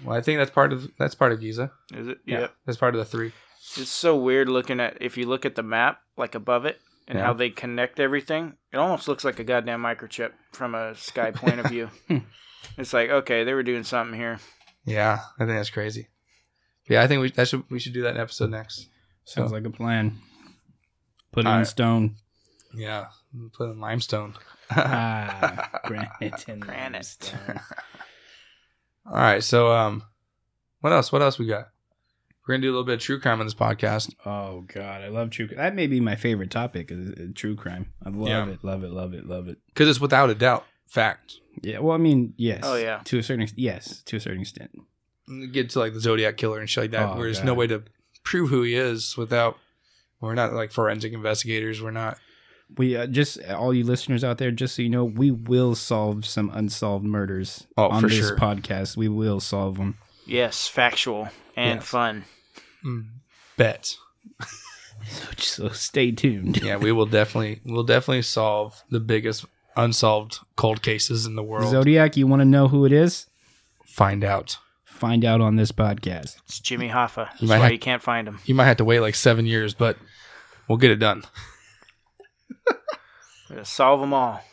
[SPEAKER 1] Well, I think that's part of that's part of Giza.
[SPEAKER 3] is it?
[SPEAKER 1] that's part of the three.
[SPEAKER 3] It's so weird looking at if you look at the map like above it, and
[SPEAKER 2] Yeah.
[SPEAKER 3] how they connect everything, it almost looks like a goddamn microchip from a sky point of view. It's like, okay, they were doing something here.
[SPEAKER 1] Yeah, I think that's crazy. Yeah, I think we that should we should do that in episode next.
[SPEAKER 2] Sounds
[SPEAKER 1] So-
[SPEAKER 2] like a plan. Put it in
[SPEAKER 1] Alright.
[SPEAKER 2] stone.
[SPEAKER 1] Yeah, put in limestone.
[SPEAKER 2] Ah, granite and
[SPEAKER 3] Granite.
[SPEAKER 2] stone.
[SPEAKER 1] All right, so um, what else? What else we got? We're gonna do a little bit of true crime on this podcast.
[SPEAKER 2] Oh God, I love true. That may be my favorite topic is uh, true crime. I love
[SPEAKER 1] Yeah.
[SPEAKER 2] it, love it, love it, love it.
[SPEAKER 1] Because it's without a doubt fact.
[SPEAKER 2] Yeah. Well, I mean, yes.
[SPEAKER 3] Oh, yeah.
[SPEAKER 2] To a certain ex- yes, to a certain extent.
[SPEAKER 1] Get to like the Zodiac killer and shit like that,
[SPEAKER 2] Oh,
[SPEAKER 1] where there's
[SPEAKER 2] God.
[SPEAKER 1] no way to prove who he is without. We're not like forensic investigators. We're not.
[SPEAKER 2] We uh, just all you listeners out there, just so you know, we will solve some unsolved murders
[SPEAKER 1] Oh,
[SPEAKER 2] on
[SPEAKER 1] for
[SPEAKER 2] this
[SPEAKER 1] sure.
[SPEAKER 2] podcast. We will solve them.
[SPEAKER 3] Yes, factual and
[SPEAKER 1] Yes.
[SPEAKER 3] fun.
[SPEAKER 1] Mm, bet.
[SPEAKER 2] So, so stay tuned.
[SPEAKER 1] Yeah, we will definitely. We'll definitely solve the biggest unsolved cold cases in the world.
[SPEAKER 2] Zodiac, you want to know who it is?
[SPEAKER 1] Find out.
[SPEAKER 2] Find out on this podcast.
[SPEAKER 3] It's Jimmy Hoffa. That's
[SPEAKER 1] You might
[SPEAKER 3] why
[SPEAKER 1] have-
[SPEAKER 3] you can't find him.
[SPEAKER 1] You might have to wait like seven years, but we'll get it done.
[SPEAKER 3] We're gonna solve them all.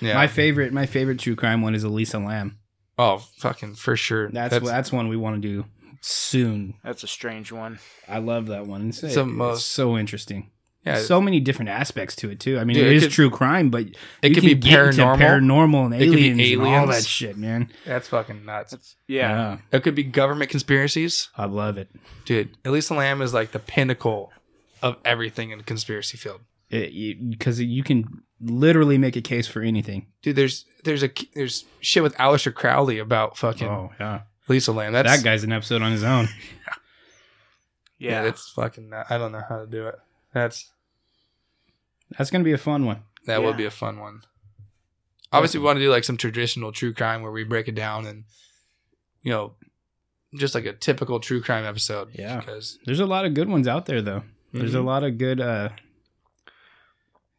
[SPEAKER 1] Yeah.
[SPEAKER 2] My favorite, my favorite true crime one is Elisa Lamb.
[SPEAKER 1] oh, fucking for sure.
[SPEAKER 2] That's that's, one we want to do soon.
[SPEAKER 3] That's a strange one.
[SPEAKER 2] I love that one. It's,
[SPEAKER 1] It's
[SPEAKER 2] it's
[SPEAKER 1] the most-
[SPEAKER 2] so interesting.
[SPEAKER 1] yeah.
[SPEAKER 2] so many different aspects to it too. I mean,
[SPEAKER 1] Dude,
[SPEAKER 2] it
[SPEAKER 1] it
[SPEAKER 2] is
[SPEAKER 1] could-
[SPEAKER 2] true crime, but
[SPEAKER 1] it
[SPEAKER 2] you
[SPEAKER 1] could
[SPEAKER 2] can
[SPEAKER 1] be
[SPEAKER 2] get into
[SPEAKER 1] paranormal.
[SPEAKER 2] paranormal and
[SPEAKER 1] It could be
[SPEAKER 2] aliens, and all
[SPEAKER 1] aliens.
[SPEAKER 2] that shit, man.
[SPEAKER 1] That's fucking nuts.
[SPEAKER 3] That's yeah.
[SPEAKER 1] It could be government conspiracies.
[SPEAKER 2] I love it.
[SPEAKER 1] Dude, Elisa Lamb is like the pinnacle of everything in the conspiracy field.
[SPEAKER 2] Because you, can literally make a case for anything.
[SPEAKER 1] Dude, there's there's a there's shit with Aleister Crowley about fucking
[SPEAKER 2] Oh yeah,
[SPEAKER 1] Elisa Lamb. That's
[SPEAKER 2] that guy's an episode on his own.
[SPEAKER 1] Yeah,
[SPEAKER 3] Yeah.
[SPEAKER 1] that's fucking nut- I don't know how to do it. That's
[SPEAKER 2] That's gonna be a fun one.
[SPEAKER 1] that
[SPEAKER 3] Yeah.
[SPEAKER 1] would be a fun one. Obviously, we want to do like some traditional true crime where we break it down and you know just like a typical true crime episode.
[SPEAKER 2] Yeah.
[SPEAKER 1] Because
[SPEAKER 2] There's a lot of good ones out there though. There's
[SPEAKER 1] Mm-hmm.
[SPEAKER 2] a lot of good. uh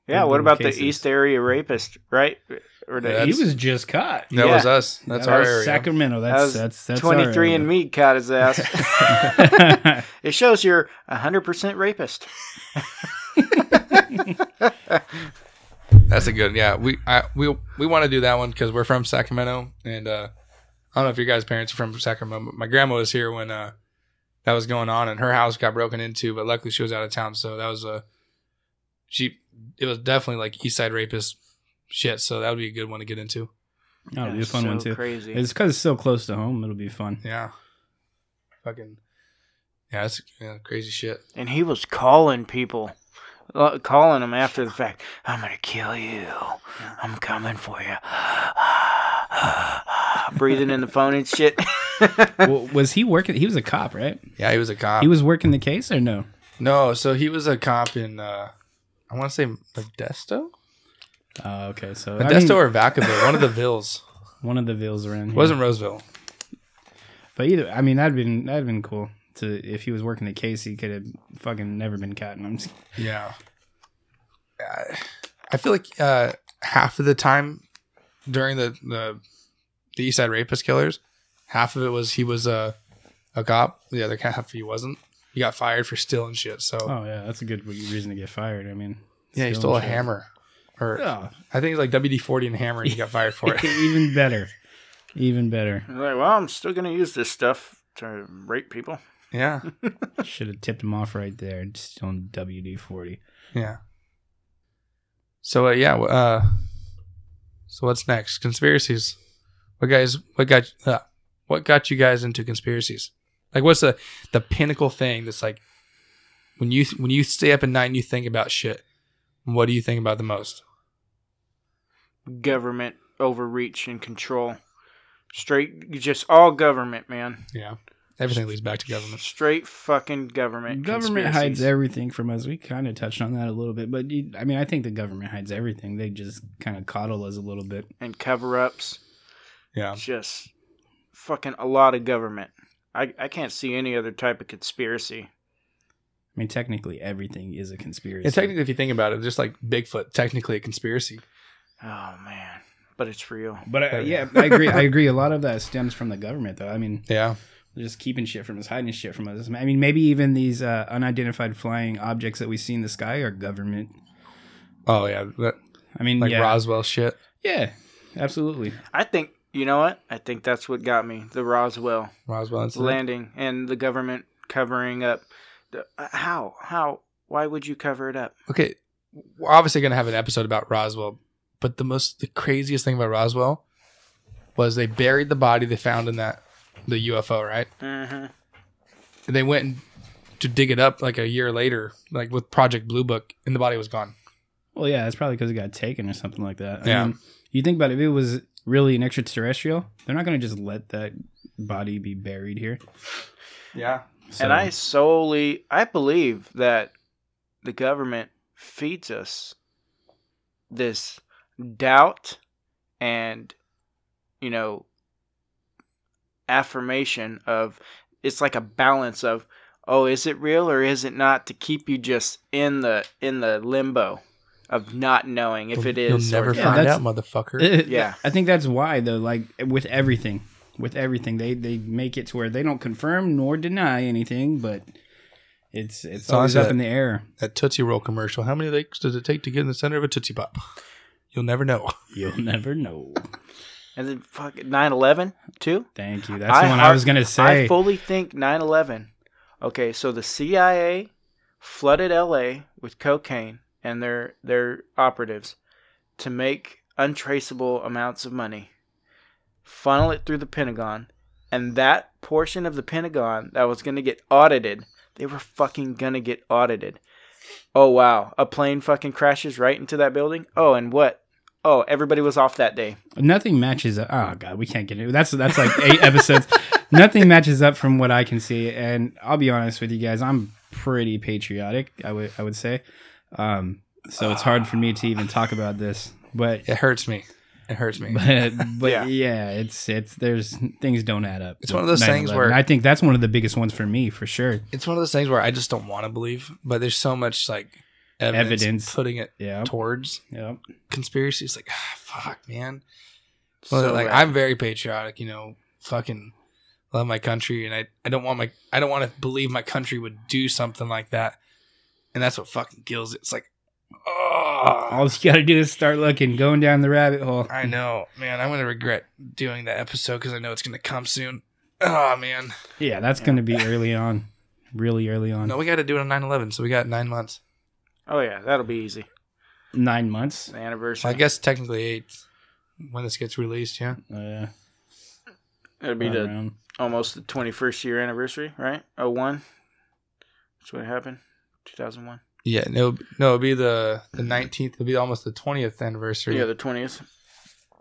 [SPEAKER 3] yeah,
[SPEAKER 2] Good
[SPEAKER 3] what about
[SPEAKER 2] cases.
[SPEAKER 3] the East Area rapist, right? Or the
[SPEAKER 1] Yeah,
[SPEAKER 2] He
[SPEAKER 1] that's-
[SPEAKER 2] was just caught.
[SPEAKER 1] that
[SPEAKER 3] Yeah.
[SPEAKER 1] was us. That's
[SPEAKER 2] That
[SPEAKER 1] our
[SPEAKER 2] was
[SPEAKER 1] area.
[SPEAKER 2] Sacramento.
[SPEAKER 3] That
[SPEAKER 2] That's
[SPEAKER 3] was
[SPEAKER 2] that's that's our
[SPEAKER 3] 23
[SPEAKER 2] area. Oh,
[SPEAKER 3] and me caught his ass. it shows you're 100% rapist.
[SPEAKER 1] That's a good yeah. We I we we want to do that one because we're from Sacramento, and uh, I don't know if your guys' parents are from Sacramento. But my grandma was here when uh, that was going on, and her house got broken into. But luckily, she was out of town, so that was a she. It was definitely like East Side rapist shit. So that would be a good one to get into.
[SPEAKER 2] That'll be a
[SPEAKER 3] That's
[SPEAKER 2] fun Oh, one
[SPEAKER 3] so
[SPEAKER 2] too.
[SPEAKER 3] Crazy.
[SPEAKER 2] It's because it's so close to home. It'll be fun.
[SPEAKER 1] Yeah, fucking yeah, that's yeah, crazy shit.
[SPEAKER 3] and he was calling people, uh, calling them after the fact. I'm gonna kill you. I'm coming for you. Breathing in the phone and shit.
[SPEAKER 2] well, was he working? He was a cop, right?
[SPEAKER 1] Yeah, he was a cop.
[SPEAKER 2] He was working the case or no?
[SPEAKER 1] no, so he was a cop in uh, I want to say Modesto,
[SPEAKER 2] Oh, okay. So I
[SPEAKER 1] Modesto
[SPEAKER 2] mean,
[SPEAKER 1] or Vacaville, one of the villes.
[SPEAKER 2] one of the vills around here.
[SPEAKER 1] Wasn't Roseville.
[SPEAKER 2] But either, I mean, that'd been that'd been cool. To if he was working the case, he could have fucking never been caught. And I'm just,
[SPEAKER 1] Yeah. I- I feel like uh, half of the time during the, the the East Side Rapist Killers, half of it was he was a a cop. The other half he wasn't. He got fired for stealing shit. So
[SPEAKER 2] oh yeah, that's a good re- reason to get fired. I mean,
[SPEAKER 1] yeah, he
[SPEAKER 2] stealing
[SPEAKER 1] stole a
[SPEAKER 2] shit.
[SPEAKER 1] hammer, or
[SPEAKER 2] Oh,
[SPEAKER 1] I think it's like WD forty and hammer, and he got fired for it.
[SPEAKER 2] even better, even better.
[SPEAKER 3] He's like, well, I'm still gonna use this stuff to rape people.
[SPEAKER 1] yeah,
[SPEAKER 2] Should have tipped him off right there. Just on WD forty.
[SPEAKER 1] yeah. So uh, yeah, uh, so what's next? Conspiracies. What guys? What got? Uh, what got you guys into conspiracies? Like, what's the the pinnacle thing that's like when you when you stay up at night and you think about shit? What do you think about the most?
[SPEAKER 3] Government overreach and control. Straight, just all government, man.
[SPEAKER 1] Yeah, everything leads back to government.
[SPEAKER 3] Straight fucking government.
[SPEAKER 2] Government
[SPEAKER 3] conspiracies.
[SPEAKER 2] hides everything from us. We kind of touched on that a little bit, but you, I mean, I think the government hides everything. They just kind of coddle us a little bit.
[SPEAKER 3] and cover ups.
[SPEAKER 1] Yeah,
[SPEAKER 3] Just fucking a lot of government. I, I can't see any other type of conspiracy.
[SPEAKER 2] I mean, technically, everything is a conspiracy.
[SPEAKER 1] and technically, if you think about it, just like Bigfoot, technically a conspiracy.
[SPEAKER 3] Oh man, but it's real.
[SPEAKER 2] but I,
[SPEAKER 1] Oh,
[SPEAKER 2] yeah,
[SPEAKER 1] yeah.
[SPEAKER 2] I agree. I agree. A lot of that stems from the government, though. I mean,
[SPEAKER 1] Yeah,
[SPEAKER 2] they're just keeping shit from us, hiding shit from us. I mean, maybe even these uh, unidentified flying objects that we see in the sky are government
[SPEAKER 1] Oh yeah, that-
[SPEAKER 2] I mean,
[SPEAKER 1] like
[SPEAKER 2] yeah,
[SPEAKER 1] Roswell shit.
[SPEAKER 2] yeah, absolutely.
[SPEAKER 3] I think you know what? I think that's what got me the Roswell
[SPEAKER 1] Roswell incident.
[SPEAKER 3] landing and the government covering up. The, uh, how? How? Why would you cover it up?
[SPEAKER 1] Okay, we're obviously gonna have an episode about Roswell, but the most the craziest thing about Roswell was they buried the body they found in that the UFO, right?
[SPEAKER 3] Mm-hmm.
[SPEAKER 1] And they went and to dig it up like a year later, like with Project Blue Book, and the body was gone.
[SPEAKER 2] Well, yeah, it's probably because it got taken or something like that. I
[SPEAKER 1] Yeah.
[SPEAKER 2] mean, you think about it, if it was really an extraterrestrial, they're not going to just let that body be buried here.
[SPEAKER 1] Yeah.
[SPEAKER 2] So,
[SPEAKER 3] And I solely, I believe that the government feeds us this doubt and, you know, affirmation of it's like a balance of, oh, is it real or is it not? To keep you just in the in the limbo of not knowing if it is.
[SPEAKER 1] you'll never
[SPEAKER 3] or
[SPEAKER 2] Yeah,
[SPEAKER 1] find
[SPEAKER 2] that's-
[SPEAKER 1] out, motherfucker.
[SPEAKER 3] Yeah.
[SPEAKER 2] I think that's why though. Like with everything, with everything, they they make it to where they don't confirm nor deny anything, but it's it's,
[SPEAKER 1] It's
[SPEAKER 2] always
[SPEAKER 1] honestly
[SPEAKER 2] up
[SPEAKER 1] that-
[SPEAKER 2] in the air.
[SPEAKER 1] that Tootsie Roll commercial. How many licks does it take to get in the center of a Tootsie Pop? You'll never know.
[SPEAKER 2] You'll never know.
[SPEAKER 3] and then fuck 9-11 too.
[SPEAKER 2] Thank you. That's the one I
[SPEAKER 3] heart-
[SPEAKER 2] was gonna say.
[SPEAKER 3] I fully think 9 11. Okay, so the CIA flooded LA with cocaine and their, their operatives to make untraceable amounts of money, funnel it through the Pentagon, and that portion of the Pentagon that was going to get audited, they were fucking going to get audited. Oh, wow. A plane fucking crashes right into that building? Oh, and what? Oh, everybody was off that day.
[SPEAKER 2] Nothing matches up. Oh god, we can't get it. That's that's like eight episodes. Nothing matches up from what I can see, and I'll be honest with you guys. I'm pretty patriotic. I would I would say, um, so it's hard for me to even talk about this. But
[SPEAKER 1] It hurts me. It hurts me.
[SPEAKER 2] but but
[SPEAKER 3] Yeah.
[SPEAKER 2] yeah. it's it's there's things don't add up.
[SPEAKER 1] It's one of those things
[SPEAKER 2] 9/11.
[SPEAKER 1] where-
[SPEAKER 2] I think that's one of the biggest ones for me for sure.
[SPEAKER 1] It's one of those things where I just don't want to believe, but there's so much like evidence,
[SPEAKER 2] Evidence.
[SPEAKER 1] putting it
[SPEAKER 2] Yeah.
[SPEAKER 1] towards
[SPEAKER 2] Yeah.
[SPEAKER 1] conspiracy. It's like, ah, fuck, man.
[SPEAKER 3] So,
[SPEAKER 1] Well, like
[SPEAKER 3] uh,
[SPEAKER 1] I'm very patriotic, you know, fucking love my country, and I, I don't want my I don't want to believe my country would do something like that, and that's what fucking kills it. It's like, oh,
[SPEAKER 2] All you gotta do is start looking, going down the rabbit hole.
[SPEAKER 1] I know, man. I'm gonna regret doing that episode because I know it's gonna come soon. Oh man,
[SPEAKER 2] Yeah, that's gonna be early on, really early on.
[SPEAKER 1] no, we got to do it on 9/11, so we got nine months.
[SPEAKER 3] Oh, yeah, that'll be easy.
[SPEAKER 2] Nine months.
[SPEAKER 3] It's the anniversary.
[SPEAKER 1] I guess technically eight when this gets released. Yeah,
[SPEAKER 2] Uh,
[SPEAKER 3] It'll be the
[SPEAKER 2] around.
[SPEAKER 3] almost the 21st year anniversary, right? Oh one. That's when it happened. 2001.
[SPEAKER 1] yeah. No, no, it'll be the the 19th. It'll be almost the 20th anniversary.
[SPEAKER 3] Yeah, the 20th.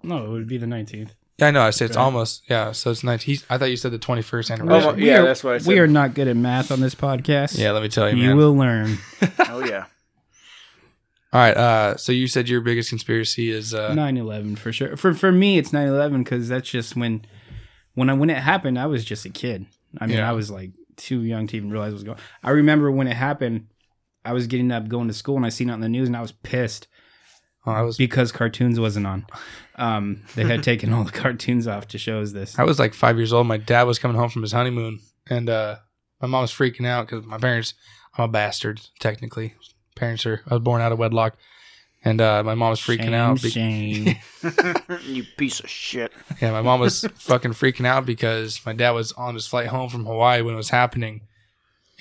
[SPEAKER 2] No, it would be the nineteenth.
[SPEAKER 1] Yeah, I know. I said it's
[SPEAKER 2] Okay.
[SPEAKER 1] almost. Yeah, so it's nice. He's, I thought you said the twenty first
[SPEAKER 3] Almo-
[SPEAKER 1] anniversary.
[SPEAKER 2] we
[SPEAKER 3] Oh, yeah,
[SPEAKER 2] are-
[SPEAKER 3] that's what I said.
[SPEAKER 2] We are not good at math on this podcast.
[SPEAKER 1] yeah, let me tell you,
[SPEAKER 2] you
[SPEAKER 1] man.
[SPEAKER 2] will learn.
[SPEAKER 3] oh yeah.
[SPEAKER 1] All right. Uh, so you said your biggest conspiracy is uh,
[SPEAKER 2] 9-11 for sure. For for me, it's 9-11 because that's just when when I when it happened, I was just a kid. I mean,
[SPEAKER 1] Yeah.
[SPEAKER 2] I was like too young to even realize what was going. I remember when it happened. I was getting up, going to school, and I seen it on the news, and I was pissed
[SPEAKER 1] oh, I was
[SPEAKER 2] because cartoons wasn't on. Um, they had taken all the cartoons off to show us this.
[SPEAKER 1] I was like five years old. My dad was coming home from his honeymoon, and uh, my mom was freaking out because my parents. I'm a bastard technically. Parents are. I was born out of wedlock, and uh, my mom was freaking
[SPEAKER 2] Shame,
[SPEAKER 1] out. be-
[SPEAKER 2] Shame.
[SPEAKER 3] you piece of shit.
[SPEAKER 1] Yeah, my mom was fucking freaking out because my dad was on his flight home from Hawaii when it was happening.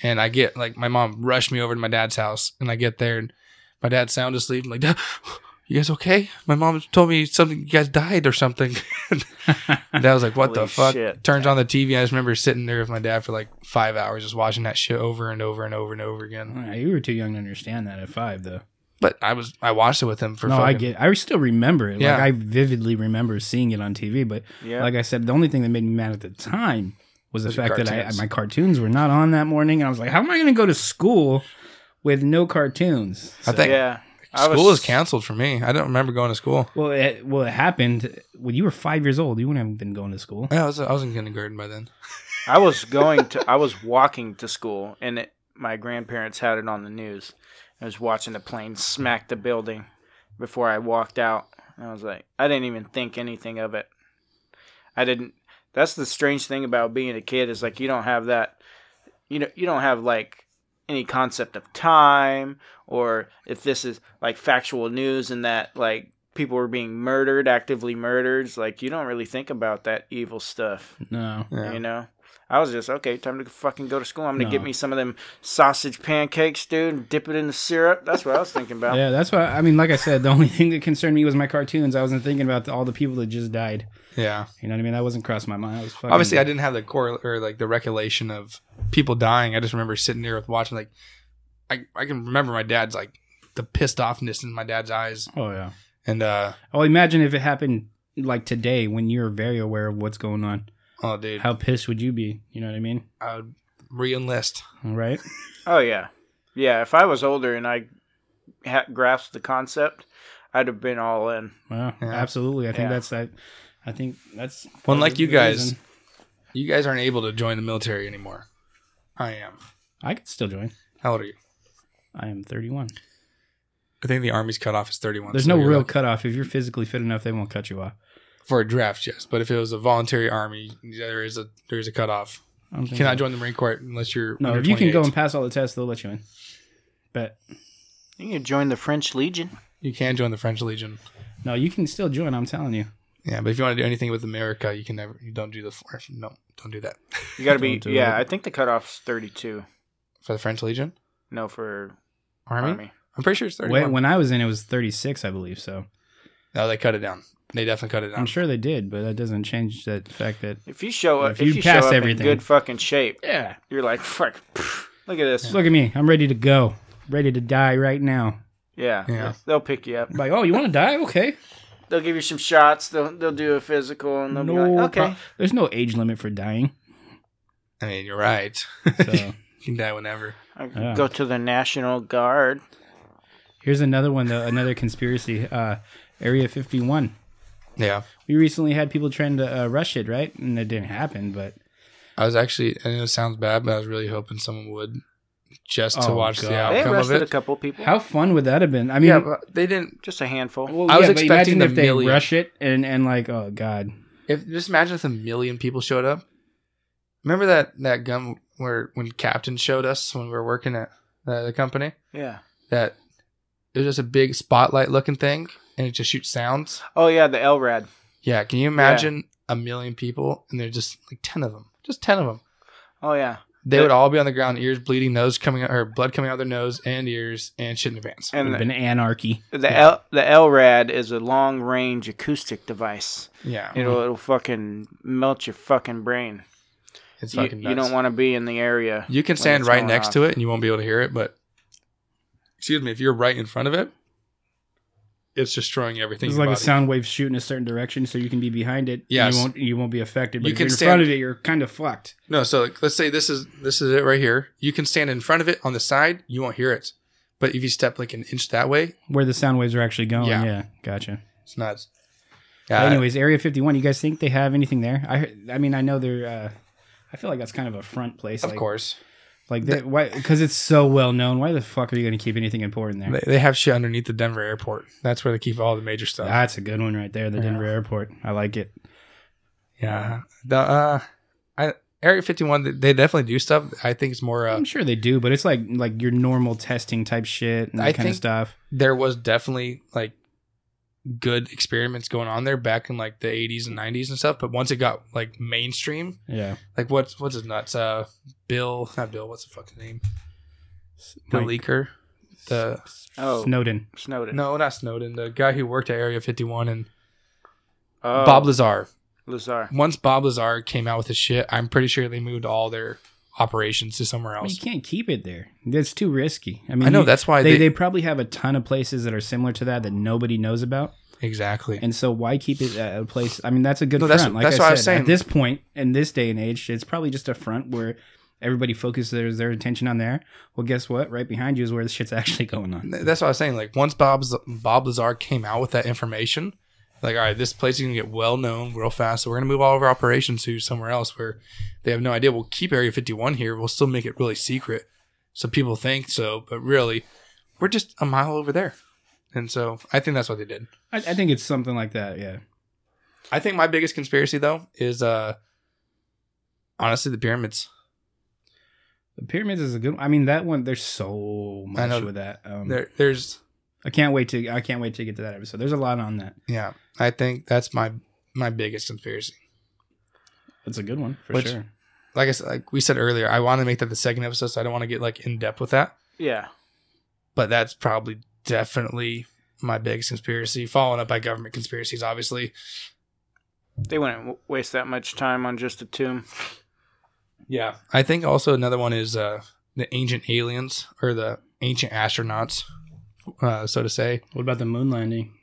[SPEAKER 1] And I get like my mom rushed me over to my dad's house and I get there and my dad's sound asleep. I'm like, "Dad, you guys okay? My mom told me something you guys died or something. and I was like, What
[SPEAKER 3] Holy
[SPEAKER 1] the fuck?
[SPEAKER 3] shit.
[SPEAKER 1] Turns on the TV. I just remember sitting there with my dad for like five hours just watching that shit over and over and over and over again.
[SPEAKER 2] Alright, you were too young to understand that at five, though.
[SPEAKER 1] But I was I watched it with him for
[SPEAKER 2] no,
[SPEAKER 1] fucking
[SPEAKER 2] I get. I still remember it.
[SPEAKER 1] Yeah.
[SPEAKER 2] Like I vividly remember seeing it on TV. But
[SPEAKER 3] Yeah.
[SPEAKER 2] like I said, the only thing that made me mad at the time was the
[SPEAKER 1] Was the
[SPEAKER 2] fact that I,
[SPEAKER 1] cartoons.
[SPEAKER 2] my cartoons were not on that morning, and I was like, "How am I going to go to school with no cartoons?"
[SPEAKER 1] I think-
[SPEAKER 3] yeah. I
[SPEAKER 1] school
[SPEAKER 3] was-
[SPEAKER 1] was canceled for me. I don't remember going to school.
[SPEAKER 2] Well, it, well, it happened when you were five years old. You wouldn't have been going to school.
[SPEAKER 1] Yeah, I was I was in kindergarten by then.
[SPEAKER 3] I was going to. I was walking to school, and it, my grandparents had it on the news. I was watching the plane smack the building before I walked out. And I was like, I didn't even think anything of it. I didn't. That's the strange thing about being a kid is like you don't have that. You know, you don't have like any concept of time or if this is like factual news and that like people were being murdered, actively murdered. It's Like you don't really think about that evil stuff,
[SPEAKER 2] No.
[SPEAKER 1] Yeah.
[SPEAKER 3] you know. I was just okay. Time to fucking go to school. I'm gonna get
[SPEAKER 2] No.
[SPEAKER 3] me some of them sausage pancakes, dude, and dip it in the syrup. That's what I was thinking about.
[SPEAKER 2] Yeah, that's why. I mean, like I said, the only thing that concerned me was my cartoons. I wasn't thinking about the, all the people that just died.
[SPEAKER 1] Yeah.
[SPEAKER 2] You know what I mean? That wasn't crossing my mind. I was fucking,
[SPEAKER 1] Obviously, I didn't have the core or like the recollection of people dying. I just remember sitting there with watching like, I I can remember my dad's like the pissed offness in my dad's eyes,
[SPEAKER 2] Oh yeah.
[SPEAKER 1] and uh
[SPEAKER 2] Oh, imagine if it happened like today when you're very aware of what's going on.
[SPEAKER 1] oh dude,
[SPEAKER 2] How pissed would you be? You know what I mean?
[SPEAKER 1] I would re-enlist.
[SPEAKER 2] All right.
[SPEAKER 3] Oh yeah, yeah. If I was older and I ha- grasped the concept, I'd have been all in.
[SPEAKER 2] Wow.
[SPEAKER 1] Yeah.
[SPEAKER 2] Absolutely. I think
[SPEAKER 3] Yeah.
[SPEAKER 2] that's that. I think that's
[SPEAKER 1] Well, like you
[SPEAKER 2] the
[SPEAKER 1] guys.
[SPEAKER 2] reason.
[SPEAKER 1] You guys aren't able to join the military anymore. I am.
[SPEAKER 2] I could still join.
[SPEAKER 1] How old are you?
[SPEAKER 2] I am 31.
[SPEAKER 1] I think the army's cutoff is thirty-one.
[SPEAKER 2] There's
[SPEAKER 1] so
[SPEAKER 2] no
[SPEAKER 1] you're
[SPEAKER 2] real
[SPEAKER 1] lucky.
[SPEAKER 2] cutoff. If you're physically fit enough, they won't cut you off.
[SPEAKER 1] for a draft, yes. But if it was a voluntary army, there is a there is a cutoff.
[SPEAKER 2] I don't
[SPEAKER 1] You
[SPEAKER 2] think
[SPEAKER 1] cannot
[SPEAKER 2] so.
[SPEAKER 1] join the Marine Corps unless you're
[SPEAKER 2] No,
[SPEAKER 1] under
[SPEAKER 2] if you can go
[SPEAKER 1] 28.
[SPEAKER 2] and pass all the tests, they'll let you in. But
[SPEAKER 3] You can join the French Legion.
[SPEAKER 1] you can join the French Legion.
[SPEAKER 2] no, you can still join. I'm telling you.
[SPEAKER 1] Yeah, but if you want to do anything with America, you can never. You don't do the for- no. Don't do that
[SPEAKER 3] You got to be.
[SPEAKER 2] Don't do
[SPEAKER 3] Yeah,
[SPEAKER 2] it.
[SPEAKER 3] I think the cutoff's thirty-two.
[SPEAKER 1] for the French Legion
[SPEAKER 3] No, for
[SPEAKER 1] Army.
[SPEAKER 3] army.
[SPEAKER 1] I'm pretty sure it's
[SPEAKER 2] Wait,
[SPEAKER 1] 31.
[SPEAKER 2] when I was in, it was 36, I believe. So
[SPEAKER 1] no, Oh, they cut it down. They definitely cut it down.
[SPEAKER 2] I'm sure they did, but that doesn't change that fact that.
[SPEAKER 3] If you show up,
[SPEAKER 2] If
[SPEAKER 3] if
[SPEAKER 2] you
[SPEAKER 3] you,
[SPEAKER 2] pass
[SPEAKER 3] show up
[SPEAKER 2] everything.
[SPEAKER 3] in good fucking shape,
[SPEAKER 2] Yeah.
[SPEAKER 3] you're like fuck. pff, Look at this.
[SPEAKER 2] Look at me. I'm ready to go. Ready to die right now.
[SPEAKER 3] Yeah.
[SPEAKER 1] Yeah.
[SPEAKER 3] they'll pick you up.
[SPEAKER 2] like, oh, you want to die? Okay.
[SPEAKER 3] They'll give you some shots. They'll they'll do a physical, and they'll
[SPEAKER 2] No.
[SPEAKER 3] be like, okay.
[SPEAKER 2] pro- There's no age limit for dying.
[SPEAKER 1] I mean, you're right. you
[SPEAKER 2] So
[SPEAKER 1] can die whenever.
[SPEAKER 3] I can
[SPEAKER 2] Yeah.
[SPEAKER 3] Go to the National Guard.
[SPEAKER 2] here's another one, though. Another conspiracy. Uh, Area 51.
[SPEAKER 1] Yeah,
[SPEAKER 2] We recently had people trying to uh, rush it, right? And it didn't happen, but
[SPEAKER 1] I was actually. I know it sounds bad, but I was really hoping someone would just to
[SPEAKER 2] Oh,
[SPEAKER 1] watch
[SPEAKER 2] God.
[SPEAKER 1] the
[SPEAKER 3] They
[SPEAKER 1] outcome of
[SPEAKER 3] arrested a
[SPEAKER 1] it.
[SPEAKER 3] couple people.
[SPEAKER 2] how fun would that have been? I mean,
[SPEAKER 1] yeah, but they didn't.
[SPEAKER 3] Just a handful.
[SPEAKER 2] well,
[SPEAKER 1] I was
[SPEAKER 2] yeah, but
[SPEAKER 1] expecting
[SPEAKER 2] imagine
[SPEAKER 1] the
[SPEAKER 2] if they
[SPEAKER 1] million.
[SPEAKER 2] rush it and, and like, oh, God.
[SPEAKER 1] If just imagine if a million people showed up. Remember that that gun where when Captain showed us when we were working at uh, the company
[SPEAKER 3] yeah.
[SPEAKER 1] that it was just a big spotlight looking thing and it just shoots sounds.
[SPEAKER 3] Oh yeah, the LRAD.
[SPEAKER 1] Yeah, can you imagine a million people and there's just like ten of them, just ten of them.
[SPEAKER 3] Oh yeah.
[SPEAKER 1] They
[SPEAKER 3] The-
[SPEAKER 1] would all be on the ground, ears bleeding, nose coming out, or blood coming out of their nose and ears, and shit in their pants.
[SPEAKER 2] It would
[SPEAKER 3] And
[SPEAKER 2] have been anarchy.
[SPEAKER 3] The L the LRAD is a long range acoustic device.
[SPEAKER 1] Yeah,
[SPEAKER 3] It'll it'll fucking melt your fucking brain.
[SPEAKER 1] it's
[SPEAKER 3] You,
[SPEAKER 1] fucking.
[SPEAKER 3] you
[SPEAKER 1] Nuts.
[SPEAKER 3] don't want to be in the area.
[SPEAKER 1] You can
[SPEAKER 3] when
[SPEAKER 1] stand
[SPEAKER 3] it's
[SPEAKER 1] right
[SPEAKER 3] going
[SPEAKER 1] next
[SPEAKER 3] off.
[SPEAKER 1] to it and you won't be able to hear it, but excuse me, if you're right in front of it, it's destroying everything.
[SPEAKER 2] It's
[SPEAKER 1] in your
[SPEAKER 2] like a
[SPEAKER 1] body.
[SPEAKER 2] sound wave shooting a certain direction, so you can be behind it. Yeah,
[SPEAKER 1] Yes.
[SPEAKER 2] You won't. You won't be affected. But
[SPEAKER 1] You
[SPEAKER 2] if
[SPEAKER 1] can
[SPEAKER 2] you're in
[SPEAKER 1] stand-
[SPEAKER 2] front of it, you're kind of fucked.
[SPEAKER 1] No, so like, let's say this is this is it right here. You can stand in front of it on the side, you won't hear it. But if you step like an inch that way,
[SPEAKER 2] Where the sound waves are actually going. Yeah.
[SPEAKER 1] Yeah.
[SPEAKER 2] gotcha.
[SPEAKER 1] it's nuts. Yeah, I-
[SPEAKER 2] Anyways, Area 51. You guys think they have anything there? I. heard- I mean, I know they're. Uh, I feel like that's kind of a front place.
[SPEAKER 1] of
[SPEAKER 2] like,
[SPEAKER 1] course.
[SPEAKER 2] Like they, why? Because it's so well known. Why the fuck are you going to keep anything important there?
[SPEAKER 1] They, they have shit underneath the Denver airport. That's where they keep all the major stuff.
[SPEAKER 2] That's a good one right there. The
[SPEAKER 1] Yeah.
[SPEAKER 2] Denver airport. I like it.
[SPEAKER 1] yeah. The uh I Area 51 they- they definitely do stuff. I think it's more uh,
[SPEAKER 2] I'm sure they do, but it's like like your normal testing type shit and that
[SPEAKER 1] I
[SPEAKER 2] kind of
[SPEAKER 1] think-
[SPEAKER 2] stuff.
[SPEAKER 1] there was definitely like good experiments going on there back in like the 80s and 90s and stuff but once it got like mainstream
[SPEAKER 2] Yeah.
[SPEAKER 1] like what's what's his nuts uh bill not bill what's the fucking name the
[SPEAKER 2] Mike
[SPEAKER 1] leaker the
[SPEAKER 3] Oh,
[SPEAKER 2] Snowden.
[SPEAKER 3] Snowden.
[SPEAKER 1] no not snowden the guy who worked at area 51 and
[SPEAKER 3] Oh,
[SPEAKER 1] bob lazar
[SPEAKER 3] Lazar.
[SPEAKER 1] once bob lazar came out with his shit i'm pretty sure they moved all their operations to somewhere
[SPEAKER 2] I mean, you
[SPEAKER 1] else
[SPEAKER 2] can't keep it there. That's too risky. I mean,
[SPEAKER 1] i know
[SPEAKER 2] you-
[SPEAKER 1] that's why
[SPEAKER 2] they,
[SPEAKER 1] they,
[SPEAKER 2] they probably have a ton of places that are similar to that that nobody knows about.
[SPEAKER 1] exactly
[SPEAKER 2] And so why keep it at a place? I mean, that's a good
[SPEAKER 1] No,
[SPEAKER 2] front.
[SPEAKER 1] that's-
[SPEAKER 2] like
[SPEAKER 1] that's
[SPEAKER 2] I
[SPEAKER 1] what
[SPEAKER 2] said,
[SPEAKER 1] I was saying.
[SPEAKER 2] at this point in this day and age, it's probably just a front where everybody focuses their, their attention on there. Well, guess what? Right behind you is where the shit's actually going on.
[SPEAKER 1] Th- that's what I was saying. Like once Bob's Bob Lazar came out with that information, like all right, this place is gonna get well known real fast. So we're gonna move all of our operations to somewhere else where they have no idea. We'll keep Area 51 here. We'll still make it really secret, so people think so, but really, we're just a mile over there. And so I think that's what they did.
[SPEAKER 2] I, I think it's something like that. Yeah.
[SPEAKER 1] I think my biggest conspiracy though is uh honestly the pyramids.
[SPEAKER 2] The pyramids is a good. One. I mean, that one. There's so
[SPEAKER 1] I
[SPEAKER 2] much
[SPEAKER 1] know.
[SPEAKER 2] with that. Um,
[SPEAKER 1] There, there's
[SPEAKER 2] I can't wait to. I can't wait to get to that episode. There's a lot on that.
[SPEAKER 1] yeah. I think that's my my biggest conspiracy.
[SPEAKER 2] It's a good one for
[SPEAKER 1] Which-
[SPEAKER 2] sure.
[SPEAKER 1] Like I said, like we said earlier, I want to make that the second episode, so I don't want to get like in depth with that.
[SPEAKER 3] Yeah.
[SPEAKER 1] But that's probably definitely my biggest conspiracy, following up by government conspiracies, obviously.
[SPEAKER 3] They wouldn't w- waste that much time on just a tomb.
[SPEAKER 1] Yeah. I think also another one is uh the ancient aliens or the ancient astronauts, uh, so to say.
[SPEAKER 2] What about the moon landing?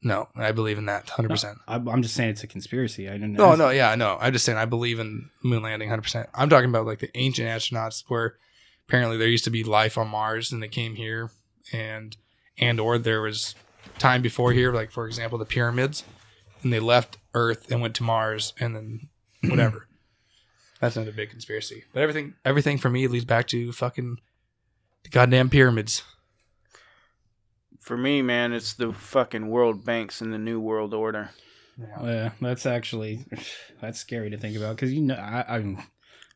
[SPEAKER 1] No, I believe in that hundred percent.
[SPEAKER 2] I, I'm just saying it's a conspiracy. I don't know.
[SPEAKER 1] No, no, yeah, no. I'm just saying I believe in moon landing 100%. I'm talking about like the ancient astronauts where apparently there used to be life on Mars and they came here and and or there was time before here like for example the pyramids and they left Earth and went to Mars and then whatever. That's another big conspiracy. But everything everything for me leads back to fucking the goddamn pyramids.
[SPEAKER 3] For me, man, it's the fucking World Banks and the New World Order.
[SPEAKER 2] Yeah, that's actually that's scary to think about because you know I, I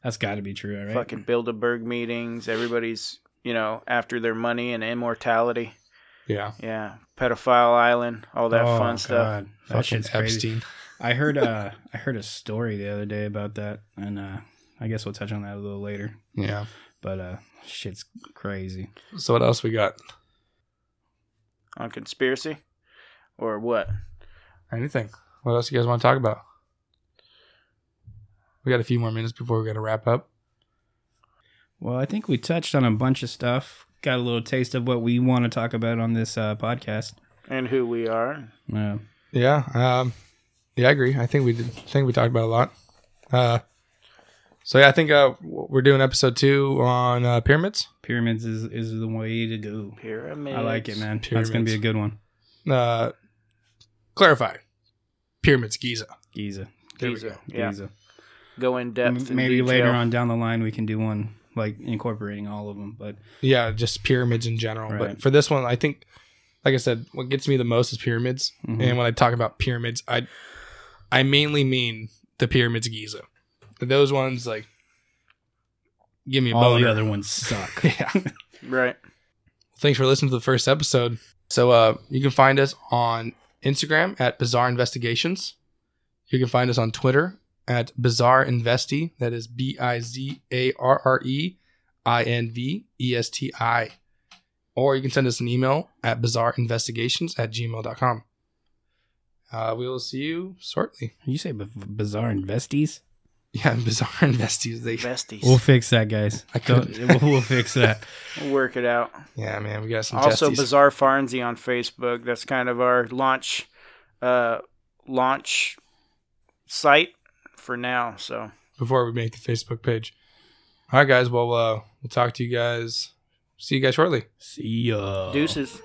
[SPEAKER 2] that's got to be true, all right?
[SPEAKER 3] Fucking Bilderberg meetings. Everybody's, you know, after their money and immortality.
[SPEAKER 1] Yeah.
[SPEAKER 3] Yeah. Pedophile Island, all that
[SPEAKER 2] Oh,
[SPEAKER 3] fun stuff.
[SPEAKER 2] God. That shit's crazy.
[SPEAKER 1] Epstein.
[SPEAKER 2] I heard uh I heard a story the other day about that, and uh I guess we'll touch on that a little later.
[SPEAKER 1] Yeah.
[SPEAKER 2] But uh shit's crazy.
[SPEAKER 1] So what else we got?
[SPEAKER 3] On conspiracy? Or what?
[SPEAKER 1] Anything. What else you guys want to talk about? We got a few more minutes before we got to wrap up.
[SPEAKER 2] Well, I think we touched on a bunch of stuff. Got a little taste of what we want to talk about on this uh, podcast.
[SPEAKER 3] And who we are.
[SPEAKER 2] Uh,
[SPEAKER 1] Yeah. Um, yeah, I agree. I think we did. I think we talked about a lot. Uh, so yeah, I think uh, we're doing episode two on uh, pyramids.
[SPEAKER 2] pyramids is is the way to go.
[SPEAKER 3] Pyramids.
[SPEAKER 2] I like it, man. That's gonna
[SPEAKER 1] Pyramids.
[SPEAKER 2] be a good one.
[SPEAKER 1] Uh, clarify, pyramids Giza.
[SPEAKER 2] Giza,
[SPEAKER 1] There we
[SPEAKER 3] Giza.
[SPEAKER 1] go.
[SPEAKER 3] Yeah.
[SPEAKER 2] Giza.
[SPEAKER 3] Go in depth.
[SPEAKER 2] M- maybe later on down the line we can do one like incorporating all of them. But
[SPEAKER 1] Yeah, just pyramids in general.
[SPEAKER 2] Right.
[SPEAKER 1] But for this one, I think, like I said, what gets me the most is pyramids.
[SPEAKER 2] mhm.
[SPEAKER 1] And when I talk about pyramids, I I mainly mean the pyramids of Giza. Those ones like give me a
[SPEAKER 2] all
[SPEAKER 1] boner.
[SPEAKER 2] the other ones suck.
[SPEAKER 1] yeah.
[SPEAKER 3] Right.
[SPEAKER 1] Thanks for listening to the first episode. So uh you can find us on Instagram at Bizarre Investigations. You can find us on Twitter at Bizarre Investi. That is B I Z A R R E I N V E S T I. Or you can send us an email at bizarreinvestigations at gmail.com. Uh, we will see you shortly.
[SPEAKER 2] you say b- bizarre investees?
[SPEAKER 1] Yeah, bizarre investees. They
[SPEAKER 3] Besties.
[SPEAKER 2] We'll fix that, guys.
[SPEAKER 1] I
[SPEAKER 2] Don't-
[SPEAKER 1] couldn't.
[SPEAKER 2] we'll, we'll fix that.
[SPEAKER 3] We'll work it out.
[SPEAKER 1] yeah, man, we got some
[SPEAKER 3] also
[SPEAKER 1] testes.
[SPEAKER 3] bizarre farnsey on facebook that's kind of our launch uh launch site for now so
[SPEAKER 1] before we make the Facebook page. All right, guys. Well, uh, we'll talk to you guys. See you guys shortly.
[SPEAKER 2] See ya.
[SPEAKER 3] deuces